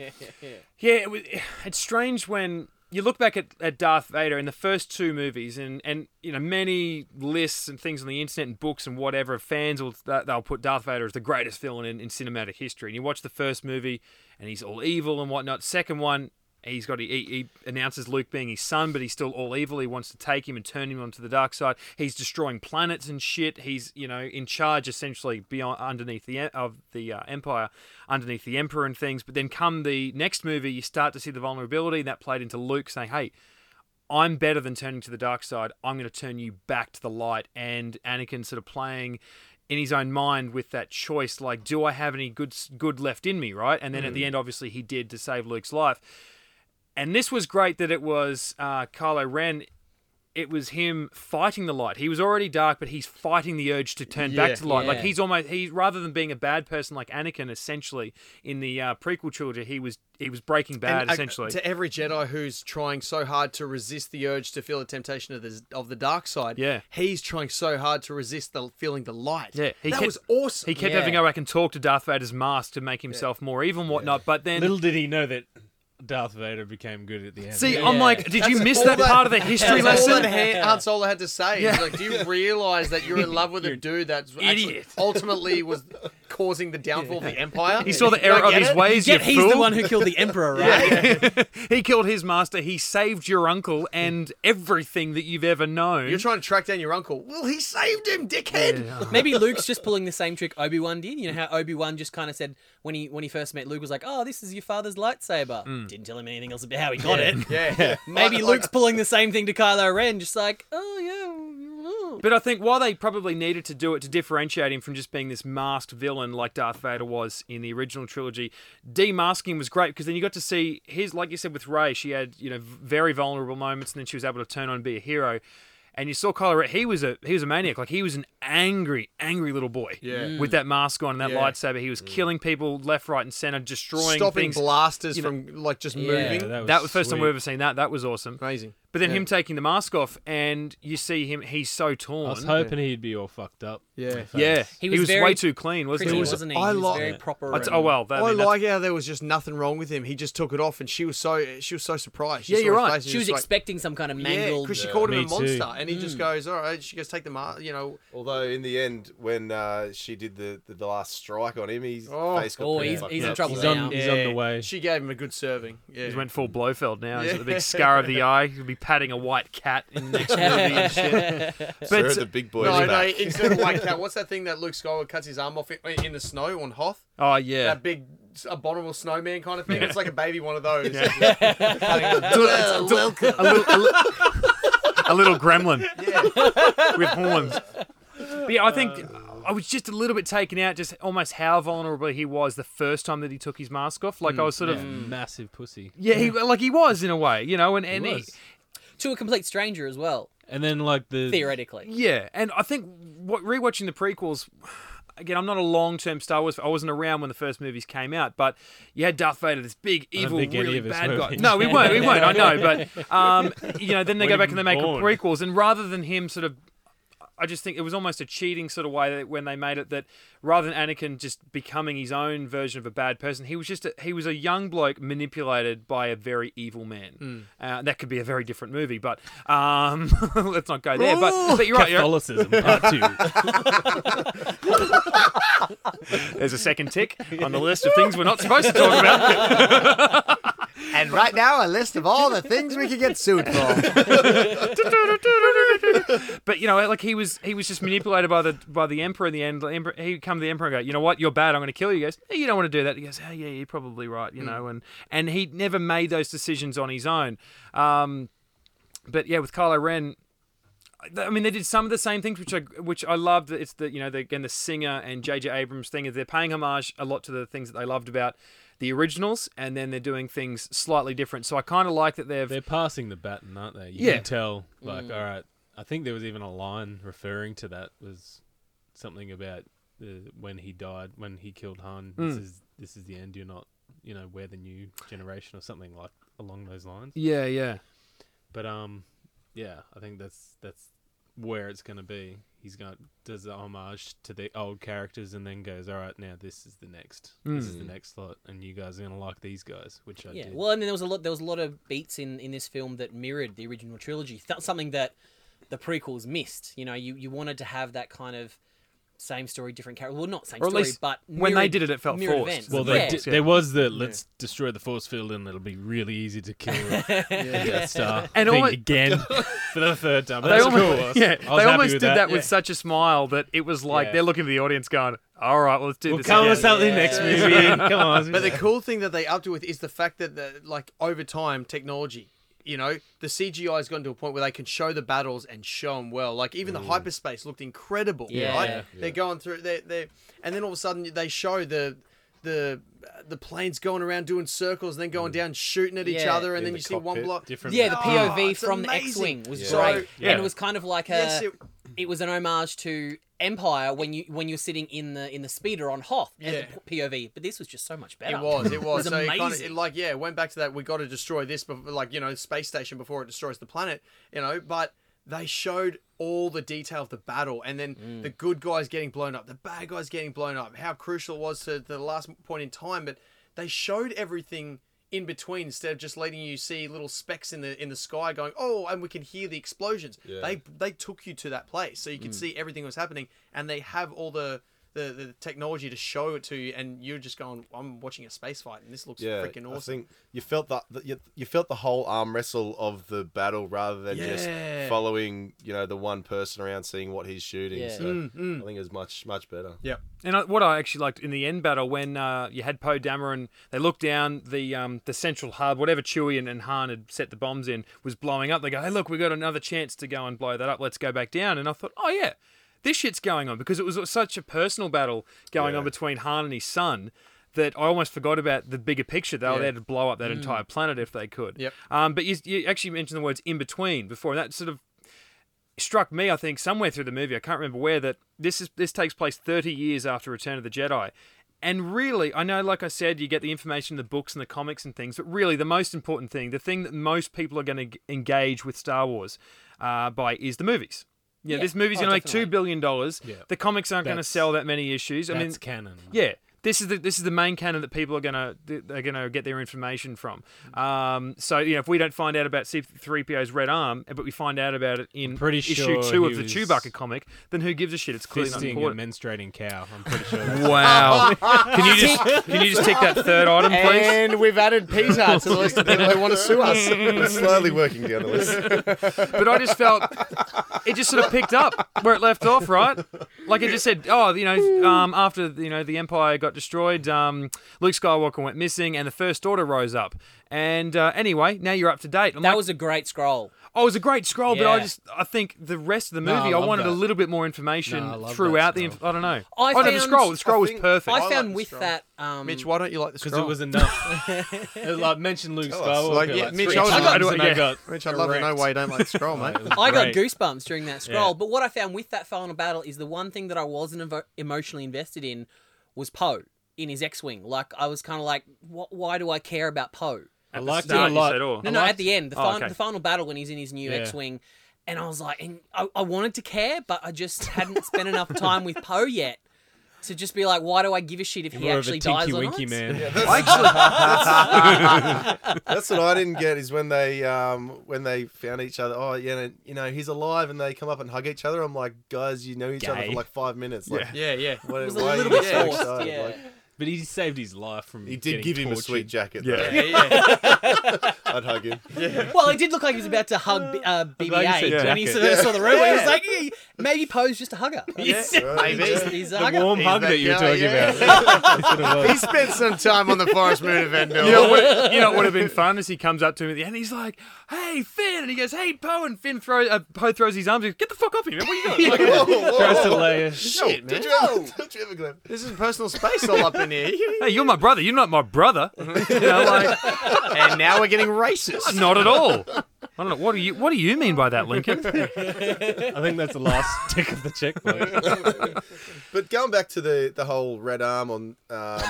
Speaker 2: Yeah, it was, it's strange when you look back at, at Darth Vader in the first two movies, and, and you know many lists and things on the internet and books and whatever fans will they'll put Darth Vader as the greatest villain in, in cinematic history. And you watch the first movie, and he's all evil and whatnot. Second one, he's got he, he announces Luke being his son, but he's still all evil. He wants to take him and turn him onto the dark side. He's destroying planets and shit. He's you know in charge essentially beyond underneath the em- of the uh, empire, underneath the emperor and things. But then come the next movie, you start to see the vulnerability and that played into Luke saying, "Hey." I'm better than turning to the dark side. I'm going to turn you back to the light. And Anakin sort of playing in his own mind with that choice, like, do I have any good good left in me, right? And then at the end, obviously, he did to save Luke's life. And this was great that it was uh, Kylo Ren. It was him fighting the light. He was already dark, but he's fighting the urge to turn
Speaker 3: Yeah.
Speaker 2: back to the light. Like
Speaker 5: Yeah.
Speaker 2: he's almost he rather than being a bad person like Anakin, essentially in the uh, prequel trilogy, he was he was breaking bad
Speaker 3: And, uh,
Speaker 2: essentially.
Speaker 3: to every Jedi who's trying so hard to resist the urge to feel the temptation of the of the dark side.
Speaker 2: Yeah.
Speaker 3: he's trying so hard to resist the feeling the light.
Speaker 2: Yeah, he
Speaker 3: that
Speaker 2: kept-
Speaker 3: was awesome.
Speaker 2: He kept
Speaker 5: Yeah.
Speaker 2: having to go back and talk to Darth Vader's mask to make himself more evil and whatnot. But then,
Speaker 1: Little did he know that Darth Vader became good at the end.
Speaker 2: see,
Speaker 1: Yeah.
Speaker 2: I'm
Speaker 5: Yeah.
Speaker 2: like, did you miss
Speaker 3: all
Speaker 2: that,
Speaker 3: that-
Speaker 2: part of the history
Speaker 3: That's all that
Speaker 2: lesson?
Speaker 3: Han, Han Solo had to say. He's like, do you realize that you're in
Speaker 2: (laughs)
Speaker 3: love with a dude that's actually
Speaker 2: idiot." (laughs)
Speaker 3: ultimately was causing the downfall of the Empire?
Speaker 2: He
Speaker 3: (laughs)
Speaker 2: saw the error
Speaker 3: don't
Speaker 2: of
Speaker 3: get
Speaker 2: his
Speaker 3: it?
Speaker 2: ways.
Speaker 5: Yet
Speaker 2: you
Speaker 5: he's the
Speaker 2: fool.
Speaker 5: one who killed the emperor, right?
Speaker 2: (laughs) he killed his master. He saved your uncle and everything that you've ever known.
Speaker 3: You're trying to track down your uncle. Well, he saved him, dickhead.
Speaker 5: Maybe Luke's just pulling the same trick Obi Wan did. You know how Obi Wan just kind of said when he when he first met Luke was like, "Oh, this is your father's lightsaber." Didn't tell him anything else about how he got it.
Speaker 3: Yeah.
Speaker 5: (laughs) Maybe
Speaker 3: Like-
Speaker 5: Luke's pulling the same thing to Kylo Ren, just like, "Oh yeah." mm, mm."
Speaker 2: But I think while they probably needed to do it to differentiate him from just being this masked villain like Darth Vader was in the original trilogy, demasking him was great because then you got to see his, like you said with Ray, she had you know very vulnerable moments, and then she was able to turn on and be a hero. and you saw Kylo Ren. He was a he was a maniac. Like he was an angry, angry little boy.
Speaker 3: Yeah.
Speaker 2: With that mask on and that
Speaker 3: Yeah. Mm.
Speaker 2: lightsaber, he was killing people left, right, and center, (laughs) destroying
Speaker 3: Stopping
Speaker 2: things.
Speaker 3: blasters
Speaker 2: you know.
Speaker 3: from like just
Speaker 1: Yeah,
Speaker 3: moving.
Speaker 1: that was,
Speaker 2: that was the first time
Speaker 1: sweet.
Speaker 2: we've ever seen that. That was awesome.
Speaker 3: Amazing.
Speaker 2: But then
Speaker 3: Yeah.
Speaker 2: him taking the mask off, and you see him. He's so
Speaker 1: I was
Speaker 2: torn.
Speaker 1: hoping he'd be all fucked up.
Speaker 3: Yeah.
Speaker 2: yeah,
Speaker 5: He
Speaker 2: he
Speaker 5: was
Speaker 2: was,
Speaker 5: very
Speaker 2: way too clean, wasn't
Speaker 5: Pretty,
Speaker 2: he?
Speaker 3: was-
Speaker 5: wasn't he?
Speaker 3: I
Speaker 5: he was
Speaker 3: like-
Speaker 5: very proper.
Speaker 2: I t-
Speaker 5: and-
Speaker 2: oh well, that,
Speaker 3: I,
Speaker 2: I mean, that's-
Speaker 3: like how there was just nothing wrong with him. He just took it off, and she was so she was so surprised. She
Speaker 2: Yeah,
Speaker 3: saw
Speaker 2: you're
Speaker 3: his
Speaker 2: right.
Speaker 3: face and
Speaker 5: She was
Speaker 3: like,
Speaker 5: expecting some kind of
Speaker 3: Yeah,
Speaker 5: mangled. uh,
Speaker 3: because she called him
Speaker 1: Me
Speaker 3: a
Speaker 1: too.
Speaker 3: monster, and he
Speaker 2: Hmm.
Speaker 3: just goes, "All right." She goes, "Take the mask," you know.
Speaker 4: Although in the end, when uh, she did the, the, the last strike on him, his
Speaker 3: Oh.
Speaker 4: face got
Speaker 5: Oh,
Speaker 4: pretty
Speaker 5: he's-
Speaker 4: fucked
Speaker 5: he's in
Speaker 4: up.
Speaker 5: trouble
Speaker 1: He's
Speaker 5: now.
Speaker 1: on, he's on the way.
Speaker 3: She gave him a good serving. Yeah,
Speaker 2: He's went full Blofeld now. He's got the
Speaker 3: Yeah. (laughs)
Speaker 2: big scar of the eye. He'll be patting a white cat in the next movie and shit.
Speaker 4: Sir,
Speaker 2: But uh,
Speaker 4: the big boy.
Speaker 3: no,
Speaker 4: is
Speaker 3: no,
Speaker 4: back.
Speaker 3: instead of white cat, what's that thing that Luke Skywalker cuts his arm off in, in the snow on Hoth?
Speaker 2: oh yeah,
Speaker 3: That big abominable snowman kind of thing. It's like a baby one of those.
Speaker 2: Well,
Speaker 3: welcome.
Speaker 2: a little, a, li- a little gremlin with horns. But yeah, I think I was just a little bit taken out, just almost how vulnerable he was the first time that he took his mask off. Like I was sort of.
Speaker 1: Massive pussy.
Speaker 2: Yeah, he, like he was in a way, you know, and, and he,
Speaker 1: was.
Speaker 5: to a complete stranger as well,
Speaker 1: And then like the
Speaker 5: theoretically.
Speaker 2: Yeah, and I think what rewatching the prequels again, I'm not a long-term Star Wars. I wasn't around when the first movies came out, but you had Darth Vader, this big
Speaker 1: don't
Speaker 2: evil,
Speaker 1: think any
Speaker 2: really
Speaker 1: of us
Speaker 2: bad
Speaker 1: were.
Speaker 2: guy. No, we weren't. We weren't. I know,
Speaker 1: (laughs)
Speaker 2: but um, you know, then they
Speaker 1: Weren't
Speaker 2: go back
Speaker 1: even
Speaker 2: and they make
Speaker 1: born.
Speaker 2: prequels, and rather than him sort of. I just think it was almost a cheating sort of way that when they made it that rather than Anakin just becoming his own version of a bad person, he was just a, he was a young bloke manipulated by a very evil
Speaker 1: Hmm.
Speaker 2: man. Uh, that could be a very different movie, but um, (laughs) let's not go there. But, but you're right. You're,
Speaker 1: Catholicism part two.
Speaker 2: (laughs) There's a second tick on the list of things we're not supposed to talk about.
Speaker 3: and right now, a list of all the things we could get
Speaker 4: (laughs)
Speaker 3: sued for.
Speaker 2: But you know, like he was, he was just manipulated by the by the emperor. In the end, the emperor, he come to the emperor and go, you know what, you're bad. I'm going to kill you. He goes, "Hey, you don't want to do that. He goes, oh yeah, you're probably right. You know, and and he never made those decisions on his own. Um, but yeah, with Kylo Ren. I mean, they did some of the same things, which I which I loved. It's the you know the, again the singer and J.J. Abrams thing. is They're paying homage a lot to the things that they loved about the originals, and then they're doing things slightly different. So I kind of like that they've
Speaker 1: They're passing the baton, aren't they? You
Speaker 2: Yeah.
Speaker 1: can tell. Like,
Speaker 5: Mm.
Speaker 1: all right. I think there was even a line referring to that was something about the, when he died, when he killed Han. This is this is the end. You're not, you know, we're the new generation or something like along those lines.
Speaker 2: yeah yeah
Speaker 1: But um, yeah, I think that's that's where it's gonna be. He's got does the homage to the old characters and then goes, all right, now this is the next, this is the next lot, and you guys are gonna like these guys, which I
Speaker 5: Yeah.
Speaker 1: did.
Speaker 5: Well, I mean, there was a lot. There was a lot of beats in in this film that mirrored the original trilogy. Th- something that the prequels missed. You know, you you wanted to have that kind of same story, different character. Well, not same
Speaker 2: Or at
Speaker 5: story,
Speaker 2: least
Speaker 5: but
Speaker 2: when they
Speaker 5: mirrored-
Speaker 2: did it, it felt
Speaker 5: mirrored
Speaker 2: forced.
Speaker 5: events.
Speaker 1: Well,
Speaker 5: yeah.
Speaker 1: they did, there was the let's destroy the force field and it'll be really easy to kill the Death Star
Speaker 2: And
Speaker 1: and thing
Speaker 2: almo-
Speaker 1: again (laughs) for the third time. That's
Speaker 2: almost,
Speaker 1: cool. I
Speaker 2: (laughs)
Speaker 1: was-
Speaker 2: yeah,
Speaker 1: I was
Speaker 2: they
Speaker 1: happy
Speaker 2: almost did
Speaker 1: with
Speaker 2: that,
Speaker 1: that
Speaker 2: with such a smile that it was like
Speaker 1: Yeah.
Speaker 2: they're looking at the audience going, "All right, well, let's do
Speaker 1: We'll
Speaker 2: this."
Speaker 1: come
Speaker 2: again."
Speaker 1: with something next movie. Come on.
Speaker 3: But the cool thing that they upped it with is the fact that, the, like, over time, technology. You know, the CGI has gotten to a point where they can show the battles and show them well. Like even the
Speaker 4: Mm.
Speaker 3: hyperspace looked incredible.
Speaker 5: Yeah.
Speaker 3: right?
Speaker 5: Yeah.
Speaker 3: they're going through. They they and then all of a sudden they show the the the planes going around doing circles and then going down shooting at each
Speaker 5: Yeah.
Speaker 3: other and
Speaker 4: Mm.
Speaker 3: then
Speaker 4: In the
Speaker 3: you see one
Speaker 4: cockpit,
Speaker 3: block.
Speaker 1: different.
Speaker 5: Yeah, the
Speaker 3: Ah,
Speaker 5: POV
Speaker 3: it's
Speaker 5: from the
Speaker 3: amazing.
Speaker 5: X-wing was
Speaker 4: Yeah.
Speaker 5: great,
Speaker 1: Yeah.
Speaker 5: and it was kind of like a.
Speaker 3: Yes, it-
Speaker 5: it was an homage to Empire when you when you're sitting in the in the speeder on Hoth and the p- POV, but this was just so much better.
Speaker 3: It was. It was.
Speaker 5: (laughs) it was
Speaker 3: so It kinda,
Speaker 5: amazing.
Speaker 3: it like yeah, it went back to that. We got to destroy this, before, like you know, space station before it destroys the planet. You know, but they showed all the detail of the battle, and then the good guys getting blown up, the bad guys getting blown up, how crucial it was to the last point in time. But they showed everything in between instead of just letting you see little specks in the in the sky going oh and we can hear the explosions they they took you to that place so you could see everything that was happening and they have all the the, the technology to show it to you, and you're just going, I'm watching a space fight, and this looks freaking
Speaker 4: I
Speaker 3: awesome.
Speaker 4: think you felt the, the you, you felt the whole arm wrestle of the battle rather than
Speaker 3: Yeah.
Speaker 4: just following you know the one person around seeing what he's shooting.
Speaker 5: Yeah. Mm,
Speaker 4: So I think it was much much better.
Speaker 3: Yep.
Speaker 2: And I, what I actually liked in the end battle when uh, you had Poe Dameron, they looked down the um, the central hub, whatever Chewie and, and Han had set the bombs in was blowing up. They go, "Hey, look, we got another chance to go and blow that up. Let's go back down." And I thought, "Oh yeah, this shit's going on," because it was such a personal battle going on between Han and his son. That I almost forgot about the bigger picture. They were there to blow up that entire planet if they could.
Speaker 3: Yep.
Speaker 2: Um, but you, you actually mentioned the words in between before, and that sort of struck me, I think, somewhere through the movie, I can't remember where, that this is this takes place 30 years after Return of the Jedi. And really, I know, like I said, you get the information in the books and the comics and things, but really, the most important thing, the thing that most people are going to engage with Star Wars uh, by, is the movies. Yeah,
Speaker 5: Yeah.
Speaker 2: this movie's
Speaker 5: Oh,
Speaker 2: going to make
Speaker 5: definitely.
Speaker 2: two billion dollars. The comics aren't going to
Speaker 1: That's-
Speaker 2: sell that many issues. I
Speaker 1: That's
Speaker 2: mean,
Speaker 1: canon.
Speaker 2: yeah, this is the this is the main canon that people are gonna they're gonna get their information from. Um, so you know, if we don't find out about C three PO's red arm, eh, but we find out about it in
Speaker 1: pretty
Speaker 2: issue
Speaker 1: sure
Speaker 2: two of
Speaker 1: he
Speaker 2: the
Speaker 1: was
Speaker 2: Chewbacca comic, then who gives a shit? It's clearly not
Speaker 1: Fisting a
Speaker 2: important.
Speaker 1: menstruating cow. I'm pretty sure. That's
Speaker 2: Wow! can you just can you just tick that third
Speaker 5: (laughs)
Speaker 2: item, please?
Speaker 3: And we've added Peter to the list of people who want to sue (laughs)
Speaker 5: (laughs)
Speaker 3: us.
Speaker 4: We're slowly working down the
Speaker 3: (laughs)
Speaker 4: list.
Speaker 2: But I just felt it just sort of picked up where it left off, right? Like it just said, oh, you know, um, after you know the Empire got destroyed, um, Luke Skywalker went missing, and the First Order rose up. And uh, anyway, now you're up to date. I'm
Speaker 5: That
Speaker 2: like,
Speaker 5: was a great scroll.
Speaker 2: Oh, it was a great scroll, but I
Speaker 5: Yeah.
Speaker 2: just I think the rest of the
Speaker 1: I
Speaker 2: movie I,
Speaker 1: love
Speaker 2: wanted a
Speaker 1: that.
Speaker 2: little bit more information
Speaker 1: No, I love that
Speaker 2: throughout the. Inf- I don't know.
Speaker 5: I
Speaker 2: oh, no, the
Speaker 5: found-
Speaker 2: scroll. The scroll
Speaker 4: I
Speaker 2: was
Speaker 4: think-
Speaker 1: (laughs)
Speaker 2: perfect.
Speaker 5: I,
Speaker 3: like
Speaker 5: found
Speaker 3: the
Speaker 5: with
Speaker 3: scroll.
Speaker 5: that. Um,
Speaker 3: Mitch, why don't you like the
Speaker 1: because
Speaker 3: scroll?
Speaker 1: it was enough. it, like mentioned Luke
Speaker 4: Tell us.
Speaker 1: Skywalker.
Speaker 3: Like,
Speaker 1: Like,
Speaker 3: yeah, Mitch,
Speaker 1: three
Speaker 3: I was-
Speaker 1: times,
Speaker 2: I do-
Speaker 1: and
Speaker 2: yeah.
Speaker 1: I got
Speaker 3: Mitch, I'd love to know
Speaker 1: erect.
Speaker 3: why you don't like the scroll, mate.
Speaker 5: I got
Speaker 1: Great.
Speaker 5: goosebumps during that scroll.
Speaker 1: Yeah.
Speaker 5: But what I found with that final battle is the one thing that I wasn't evo- emotionally invested in was Poe in his X-wing. Like I was kind of like, "Wh- why do I care about Poe?
Speaker 1: I
Speaker 2: At
Speaker 1: liked
Speaker 2: the
Speaker 1: it a
Speaker 2: start, you
Speaker 1: lot.
Speaker 2: said, oh.
Speaker 5: No,
Speaker 1: I
Speaker 5: no,
Speaker 1: liked-
Speaker 5: at the end, the,
Speaker 2: Oh,
Speaker 5: final,
Speaker 2: okay.
Speaker 5: the final battle when he's in his new
Speaker 1: Yeah.
Speaker 5: X-wing, and I was like, and I, I wanted to care, but I just hadn't spent enough time with Poe yet to just be like, why do I give a shit if he
Speaker 1: More of a
Speaker 5: actually dies
Speaker 1: tinky
Speaker 5: or
Speaker 1: winky
Speaker 5: not?
Speaker 1: man.
Speaker 4: (laughs) That's what I didn't get is when they um when they found each other. Oh yeah, you know he's alive, and they come up and hug each other. I'm like, guys, you know each other
Speaker 1: Gay.
Speaker 4: for like five minutes. Like,
Speaker 3: Yeah, yeah.
Speaker 4: What,
Speaker 5: It was a
Speaker 4: why are
Speaker 5: little
Speaker 4: you
Speaker 5: bit
Speaker 4: so
Speaker 5: forced.
Speaker 4: excited?
Speaker 5: Yeah.
Speaker 4: Like,
Speaker 1: But he saved his life from.
Speaker 4: he did
Speaker 1: getting
Speaker 4: give him a
Speaker 1: tortured.
Speaker 4: sweet
Speaker 3: (laughs)
Speaker 4: jacket.
Speaker 3: Yeah,
Speaker 4: Yeah,
Speaker 3: (laughs) yeah.
Speaker 4: I'd hug him.
Speaker 5: Well, it did look like he was about to hug B- uh,
Speaker 1: glad you
Speaker 5: BBA
Speaker 1: said
Speaker 5: when he
Speaker 1: jacket.
Speaker 5: saw, saw the room. He was like, "Yeah, maybe Poe's just a hugger. He's-
Speaker 4: Right.
Speaker 5: he's just- he's a
Speaker 1: The
Speaker 5: hugger.
Speaker 1: warm
Speaker 3: He's
Speaker 1: hug
Speaker 3: that
Speaker 1: that you were
Speaker 3: guy,
Speaker 1: talking
Speaker 3: yeah.
Speaker 1: about.
Speaker 3: (laughs) He spent some time on the Forest Moon event, (laughs) Bill.
Speaker 2: You know, what, you know what would have been fun is he comes up to him at the end. He's like, "Hey Finn," and he goes, "Hey Poe," and Finn throws uh, Poe throws his arms. He goes, Get the fuck off me! man. What are you doing? Like,
Speaker 4: (laughs) Whoa, whoa, whoa.
Speaker 1: Tries to Leia.
Speaker 4: Yo,
Speaker 3: Shit, man.
Speaker 4: Did you ever? (laughs) Did you ever Glenn?
Speaker 3: This is personal space all up in here. (laughs)
Speaker 2: hey, you're my brother. You're not my brother. (laughs) You know, like,
Speaker 3: and now we're getting racist.
Speaker 2: not at all. I don't know. What do you What do you mean by that, Lincoln?
Speaker 1: I think that's the last tick of the checkbox.
Speaker 4: But going back to the the whole red arm on. Um,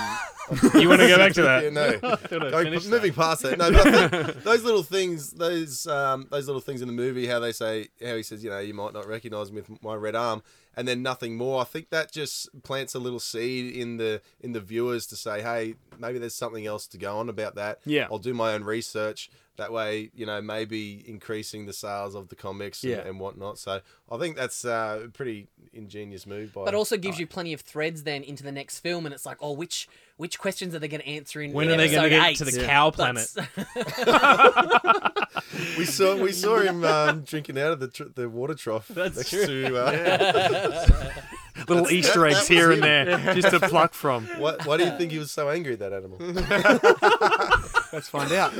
Speaker 1: you want to go back
Speaker 4: (laughs)
Speaker 1: to
Speaker 4: yeah,
Speaker 1: that?
Speaker 4: no.
Speaker 1: Thought I'd
Speaker 4: Going-
Speaker 1: finish that.
Speaker 4: moving past that,
Speaker 1: (laughs)
Speaker 4: no, but I think those little things, those um, those little things in the movie, how they say, how he says, you know, you might not recognize me with my red arm, and then nothing more. I think that just plants a little seed in the in the viewers to say, hey, maybe there's something else to go on about that.
Speaker 2: Yeah.
Speaker 4: I'll do my own research. That way, you know, maybe increasing the sales of the comics and,
Speaker 2: Yeah.
Speaker 4: and whatnot. So I think that's uh, a pretty ingenious move by.
Speaker 5: But also gives you plenty of threads then into the next film, and it's like, oh, which which questions are they going to answer in?
Speaker 1: When
Speaker 5: in
Speaker 1: are they
Speaker 5: going to
Speaker 1: get to the cow planet?
Speaker 4: we saw
Speaker 5: (laughs)
Speaker 4: we saw him um, drinking out of the tr- the water trough.
Speaker 1: That's
Speaker 4: next
Speaker 1: true.
Speaker 4: To,
Speaker 1: (laughs)
Speaker 4: uh,
Speaker 2: (laughs) Little Easter eggs here and there, just to pluck (laughs) from.
Speaker 4: Why, why do you think he was so angry at that animal?
Speaker 3: Let's find out.